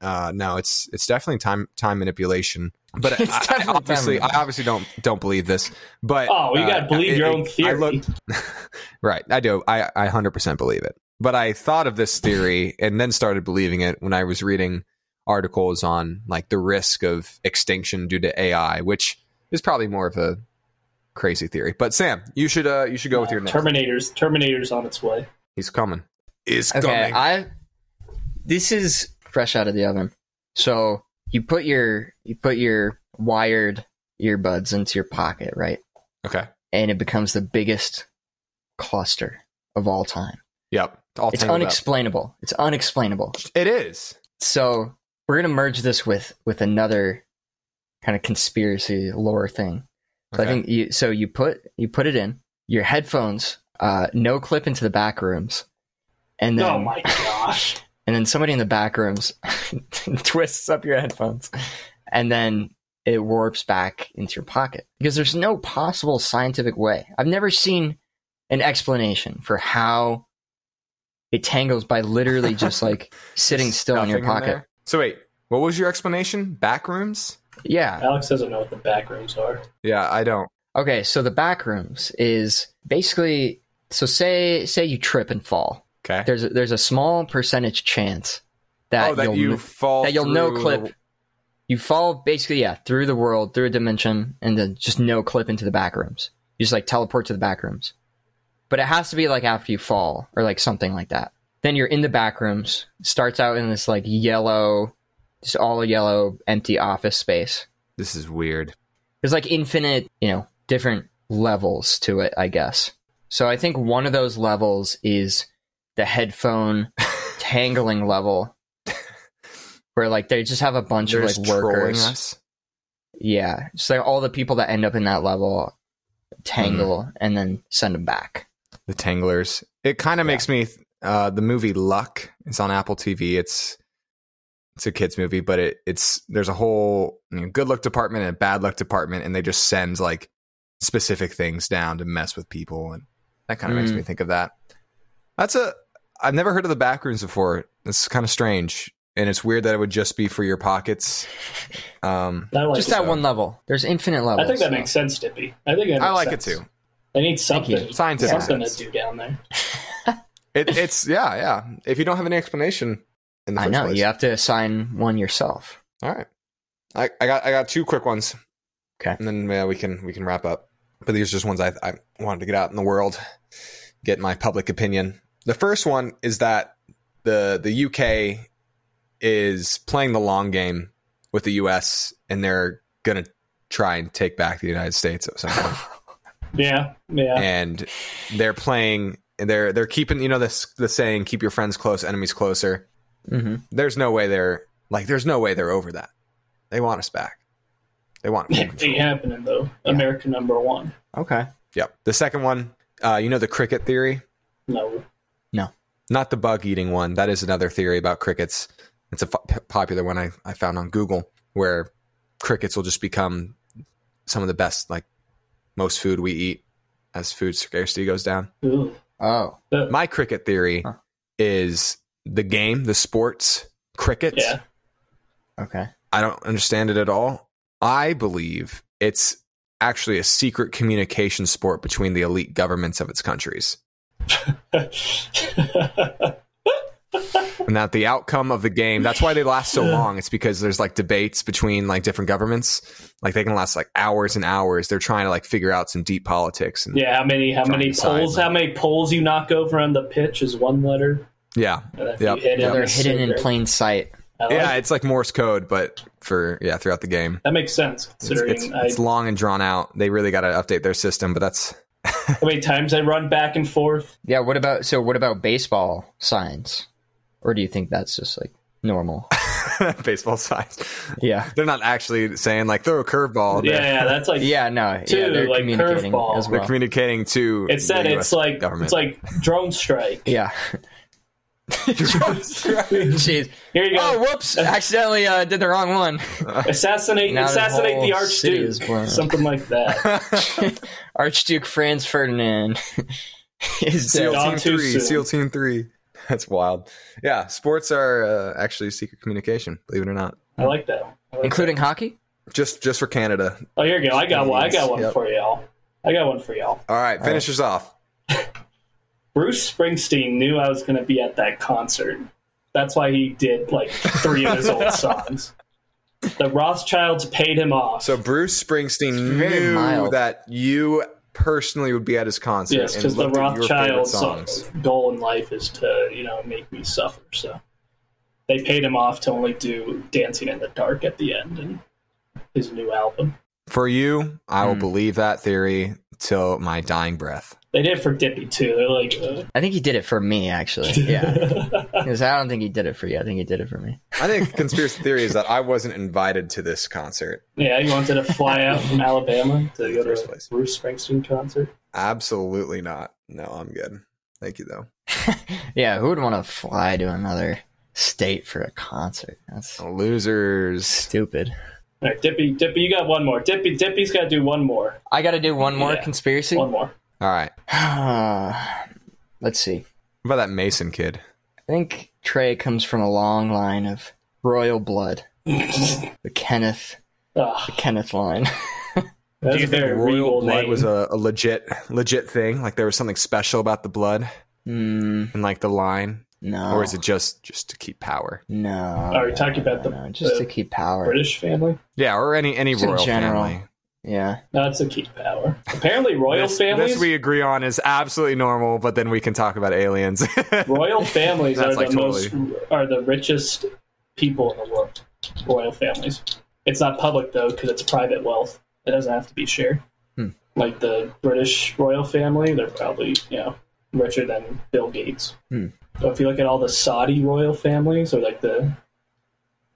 Speaker 2: uh no, it's it's definitely time time manipulation. But
Speaker 3: It's
Speaker 2: I- I,
Speaker 3: definitely time
Speaker 2: obviously, I
Speaker 3: manipulation.
Speaker 2: obviously don't don't believe this. But
Speaker 1: Oh, you
Speaker 2: uh,
Speaker 1: gotta believe your
Speaker 2: it-
Speaker 1: own
Speaker 2: it- I
Speaker 1: theory.
Speaker 2: looked- right. I do. I, I 100% believe it. But I thought of this theory and then started believing it when I was reading articles on like the risk of extinction due to AI, which is probably more of a crazy theory. But Sam, you should uh you should go with your next.
Speaker 1: Terminators, Terminators on its way.
Speaker 2: He's coming. Is
Speaker 3: okay i this is fresh out of the oven so you put your you put your wired earbuds into your pocket right
Speaker 2: okay.
Speaker 3: and it becomes the biggest cluster of all time
Speaker 2: Yep. All
Speaker 3: it's
Speaker 2: tangled up.
Speaker 3: unexplainable it's unexplainable
Speaker 2: It is.
Speaker 3: so we're gonna merge this with with another kind of conspiracy lore thing. So
Speaker 2: Okay.
Speaker 3: I think you so you put you put it in your headphones, uh, no clip into the back rooms, and then
Speaker 1: Oh my gosh.
Speaker 3: and then somebody in the back rooms twists up your headphones, and then it warps back into your pocket because there's no possible scientific way. I've never seen an explanation for how it tangles by literally just like sitting still in your
Speaker 2: Stuffing
Speaker 3: pocket.
Speaker 2: there. so wait, what was your explanation? Back rooms?
Speaker 3: yeah.
Speaker 1: Alex doesn't know what the back rooms are.
Speaker 2: Yeah, I don't.
Speaker 3: Okay, so the back rooms is basically so say say you trip and fall.
Speaker 2: Okay.
Speaker 3: There's a, there's a small percentage chance that,
Speaker 2: oh, that
Speaker 3: you'll
Speaker 2: you
Speaker 3: n-
Speaker 2: fall
Speaker 3: that you'll no
Speaker 2: through the-
Speaker 3: clip. You fall basically yeah through the world through a dimension and then just no clip into the back rooms. You just like teleport to the back rooms, but it has to be like after you fall or like something like that. Then you're in the back rooms. Starts out in this like yellow, just all yellow empty office space
Speaker 2: This is weird.
Speaker 3: there's like infinite, you know, different levels to it, I guess. So I think one of those levels is the headphone tangling level, where like they just have a bunch
Speaker 2: They're
Speaker 3: of
Speaker 2: just
Speaker 3: like
Speaker 2: trolling
Speaker 3: workers.
Speaker 2: us.
Speaker 3: Yeah, so like all the people that end up in that level tangle
Speaker 1: Hmm.
Speaker 3: and then send them back.
Speaker 2: the tanglers it kind of
Speaker 3: Yeah.
Speaker 2: makes me uh the movie luck is on apple tv it's it's a kids movie, but it, it's there's a whole you know, good luck department and a bad luck department, and they just send like specific things down to mess with people, and that kind of makes
Speaker 3: Mm.
Speaker 2: me think of that. That's a I've never heard of the backrooms before. It's kind of strange, and it's weird that it would just be for your pockets. Um,
Speaker 1: I like
Speaker 3: Just
Speaker 1: it.
Speaker 3: that
Speaker 2: so.
Speaker 3: one level. There's infinite levels.
Speaker 1: I think that makes sense, Dippy. I think that
Speaker 2: I
Speaker 1: makes
Speaker 2: like it
Speaker 1: sense.
Speaker 2: too.
Speaker 1: They need
Speaker 3: Thank you.
Speaker 1: something,
Speaker 2: Scientific
Speaker 1: something to
Speaker 2: sense.
Speaker 1: do down there.
Speaker 2: It, it's yeah, yeah. If you don't have any explanation, in the
Speaker 3: I
Speaker 2: first
Speaker 3: know.
Speaker 2: place.
Speaker 3: You have to assign one yourself.
Speaker 2: All right. I, I got I got two quick ones.
Speaker 3: Okay.
Speaker 2: And then uh, we can we can wrap up. But these are just ones I I wanted to get out in the world, get my public opinion. The first one is that the the UK is playing the long game with the US and they're going to try and take back the United States at some point
Speaker 1: Yeah, yeah.
Speaker 2: and they're playing they're they're keeping you know this the saying keep your friends close enemies closer
Speaker 1: Mm-hmm.
Speaker 3: Mhm.
Speaker 2: there's no way they're like there's no way they're over that they want us back they want full
Speaker 1: It
Speaker 2: control.
Speaker 1: ain't happening though. America number one.
Speaker 3: Okay.
Speaker 2: yep the second one uh, you know the cricket theory
Speaker 1: No.
Speaker 2: not the bug eating one that is another theory about crickets it's a fo- popular one I, I found on google where crickets will just become some of the best like most food we eat as food scarcity goes down
Speaker 1: Ooh.
Speaker 3: Oh.
Speaker 2: my cricket theory
Speaker 3: Huh.
Speaker 2: is the game, the sports, cricket.
Speaker 1: Yeah.
Speaker 3: Okay.
Speaker 2: I don't understand it at all. I believe it's actually a secret communication sport between the elite governments of its countries. And that the outcome of the game, that's why they last so long. It's because there's like debates between like different governments. Like they can last like hours and hours. They're trying to like figure out some deep politics. And
Speaker 1: yeah. How many? How
Speaker 2: Trying
Speaker 1: many
Speaker 2: to decide,
Speaker 1: poles?
Speaker 2: man.
Speaker 1: How many poles you knock over on the pitch is one letter.
Speaker 2: yeah.
Speaker 1: And if
Speaker 2: Yep.
Speaker 1: you hit
Speaker 3: Yeah,
Speaker 1: it,
Speaker 3: they're
Speaker 1: it's
Speaker 3: hidden in
Speaker 1: secret.
Speaker 3: plain sight.
Speaker 1: I like
Speaker 2: Yeah,
Speaker 1: it.
Speaker 2: it's like Morse code, but for yeah, throughout the game.
Speaker 1: that makes sense
Speaker 2: It's,
Speaker 1: considering
Speaker 2: it's- it's long and drawn out. They really got to update their system, but that's
Speaker 1: I, how many times I run back and forth.
Speaker 3: Yeah. What about so? What about baseball signs? Or do you think that's just like normal?
Speaker 2: baseball signs.
Speaker 3: yeah.
Speaker 2: They're not actually saying like throw a curveball. They're,
Speaker 1: Yeah, yeah, that's like
Speaker 3: Yeah. No. yeah.
Speaker 1: Two,
Speaker 3: They're
Speaker 1: like,
Speaker 3: communicating
Speaker 1: curveball.
Speaker 3: as
Speaker 2: they're
Speaker 3: well.
Speaker 2: communicating to.
Speaker 1: It said
Speaker 2: the US
Speaker 1: it's like
Speaker 2: government.
Speaker 1: it's like drone strike.
Speaker 3: yeah. Jeez.
Speaker 1: Here you go.
Speaker 3: Oh, whoops! Accidentally uh, did the wrong one.
Speaker 1: assassinate
Speaker 3: Now the
Speaker 1: assassinate the
Speaker 3: whole city is blown.
Speaker 1: archduke. Something like that.
Speaker 3: Archduke Franz Ferdinand is
Speaker 2: SEAL
Speaker 3: dead.
Speaker 1: Gone
Speaker 2: Team
Speaker 1: too
Speaker 2: Three.
Speaker 1: soon.
Speaker 2: SEAL Team Three. That's wild. Yeah, sports are uh, actually secret communication. Believe it or not.
Speaker 1: I like that. one. I like
Speaker 3: including hockey.
Speaker 2: Just just for Canada.
Speaker 1: Oh, here you go. I got one. I got one
Speaker 2: Yep.
Speaker 1: for y'all. I got one for y'all.
Speaker 2: All right, finish us off.
Speaker 1: Bruce Springsteen knew I was going to be at that concert. That's why he did like three of his old songs. The Rothschilds paid him off.
Speaker 2: So Bruce Springsteen
Speaker 3: very
Speaker 2: knew
Speaker 3: mild.
Speaker 2: that you personally would be at his concert.
Speaker 1: yes,
Speaker 2: and
Speaker 1: because the
Speaker 2: looked at your favorite
Speaker 1: Rothschilds'
Speaker 2: songs.
Speaker 1: goal in life is to you know make me suffer. So they paid him off to only do Dancing in the Dark at the end and his new album.
Speaker 2: For you, I will
Speaker 3: Hmm.
Speaker 2: believe that theory till my dying breath.
Speaker 1: They did it for Dippy too. They're like, uh,
Speaker 3: I think he did it for me, actually. Yeah, because I don't think he did it for you. I think he did it for me.
Speaker 2: I think conspiracy theory is that I wasn't invited to this concert.
Speaker 1: yeah, he wanted to fly out from Alabama to
Speaker 2: In the
Speaker 1: go
Speaker 2: first
Speaker 1: to
Speaker 2: place.
Speaker 1: a Bruce Springsteen concert.
Speaker 2: Absolutely not. No, I'm good. Thank you though.
Speaker 3: Yeah, who would want to fly to another state for a concert? That's
Speaker 2: Losers.
Speaker 3: stupid.
Speaker 1: All right, Dippy, Dippy, you got one more. Dippy, Dippy's got to do one more.
Speaker 3: I got to do one more
Speaker 1: Yeah.
Speaker 3: conspiracy.
Speaker 1: One more.
Speaker 2: All right.
Speaker 3: Let's see.
Speaker 2: What about that Mason kid?
Speaker 3: I think Trey comes from a long line of royal blood. the Kenneth,
Speaker 1: Ugh,
Speaker 3: the Kenneth line.
Speaker 1: Ah, that's
Speaker 2: Do you
Speaker 1: a
Speaker 2: think
Speaker 1: very regal
Speaker 2: royal blood
Speaker 1: name.
Speaker 2: was a, a legit legit thing? Like there was something special about the blood
Speaker 3: Hmm.
Speaker 2: and like the line?
Speaker 3: no.
Speaker 2: Or is it just just to keep power?
Speaker 3: No.
Speaker 1: Are you talking about the-
Speaker 3: no, just
Speaker 1: the
Speaker 3: to keep power?
Speaker 1: British family?
Speaker 2: Yeah, or any any
Speaker 3: Just in
Speaker 2: royal
Speaker 3: general.
Speaker 2: family.
Speaker 3: Yeah.
Speaker 1: That's a key power. Apparently, royal
Speaker 2: This,
Speaker 1: families.
Speaker 2: this we agree on is absolutely normal, but then we can talk about aliens.
Speaker 1: royal families are
Speaker 2: That's
Speaker 1: the
Speaker 2: like
Speaker 1: most are the richest people in the world. Royal families. It's not public though because it's private wealth. It doesn't have to be shared.
Speaker 3: Hmm.
Speaker 1: Like the British royal family, they're probably you know richer than Bill Gates.
Speaker 3: Hmm.
Speaker 1: So if you look at all the Saudi royal families or like the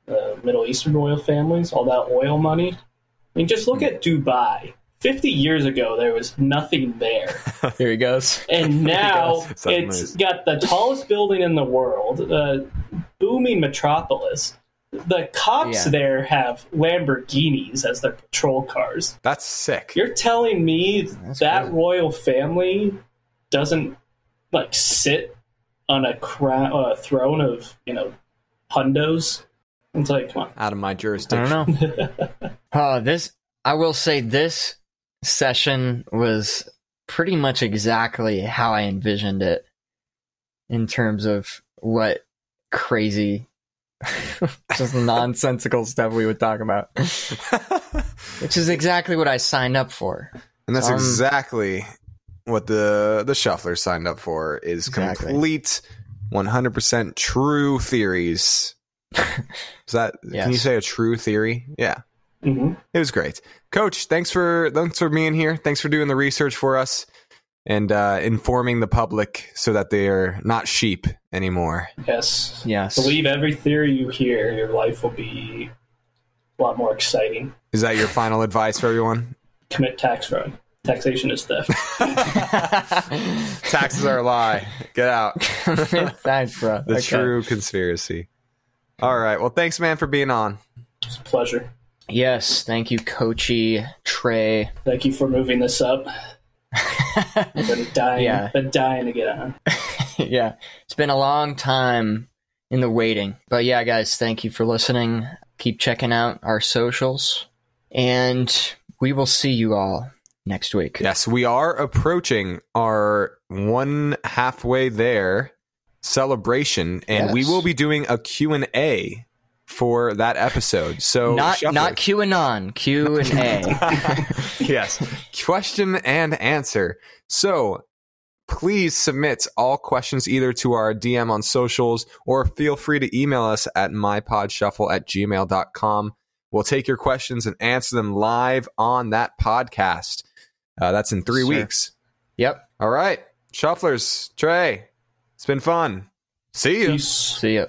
Speaker 1: uh, Middle Eastern royal families, all that oil money. I mean, just look at Dubai. Fifty years ago, there was nothing there.
Speaker 3: Here he goes.
Speaker 1: And now
Speaker 2: Yes,
Speaker 1: it's got the tallest building in the world, a booming uh, metropolis. the cops
Speaker 3: Yeah.
Speaker 1: there have Lamborghinis as their patrol cars.
Speaker 2: That's sick.
Speaker 1: You're telling me
Speaker 3: That's
Speaker 1: that
Speaker 3: crazy.
Speaker 1: royal family doesn't like sit on a crown, uh, throne of you know hundos? It's like, come on.
Speaker 2: Out of my
Speaker 3: I
Speaker 2: jurisdiction.
Speaker 3: don't know. uh, this I will say this session was pretty much exactly how I envisioned it in terms of what crazy just nonsensical stuff we would talk about. Which is exactly what I signed up for.
Speaker 2: And that's
Speaker 3: Um,
Speaker 2: exactly what the the shuffler signed up for is
Speaker 3: Exactly.
Speaker 2: complete 100% true theories. is that can you
Speaker 3: Yes.
Speaker 2: say a true theory? Yeah.
Speaker 1: Mhm.
Speaker 2: It was great. Coach, thanks for thanks for being here. Thanks for doing the research for us and uh, informing the public so that they are not sheep anymore.
Speaker 1: Yes,
Speaker 3: Yes.
Speaker 1: believe every theory you hear. Your life will be a lot more exciting.
Speaker 2: Is that your final advice for everyone?
Speaker 1: Commit tax fraud. Taxation is theft.
Speaker 2: Taxes are a lie. Get out.
Speaker 3: Thanks, bro.
Speaker 2: The
Speaker 3: Okay.
Speaker 2: true conspiracy. All right. Well, thanks, man, for being on.
Speaker 1: It's a pleasure.
Speaker 3: Yes, thank you, Coachy, Trey.
Speaker 1: Thank you for moving this up. I've been dying,
Speaker 3: Yeah.
Speaker 1: been dying to get on.
Speaker 3: yeah, it's been a long time in the waiting. But yeah, guys, thank you for listening. Keep checking out our socials, and we will see you all next week.
Speaker 2: Yes, we are approaching our one halfway there celebration, and we
Speaker 3: Yes.
Speaker 2: will be doing a Q and A for that episode. So
Speaker 3: not
Speaker 2: Shuffler-
Speaker 3: not QAnon, Q and A.
Speaker 2: yes, question and answer. So please submit all questions either to our DM on socials or feel free to email us at mypodshuffle at gmail.com. We'll take your questions and answer them live on that podcast. Uh, that's in three
Speaker 3: Sure.
Speaker 2: weeks.
Speaker 3: yep.
Speaker 2: All right. Shufflers, Trey, it's been fun. See you.
Speaker 1: Peace.
Speaker 3: See ya.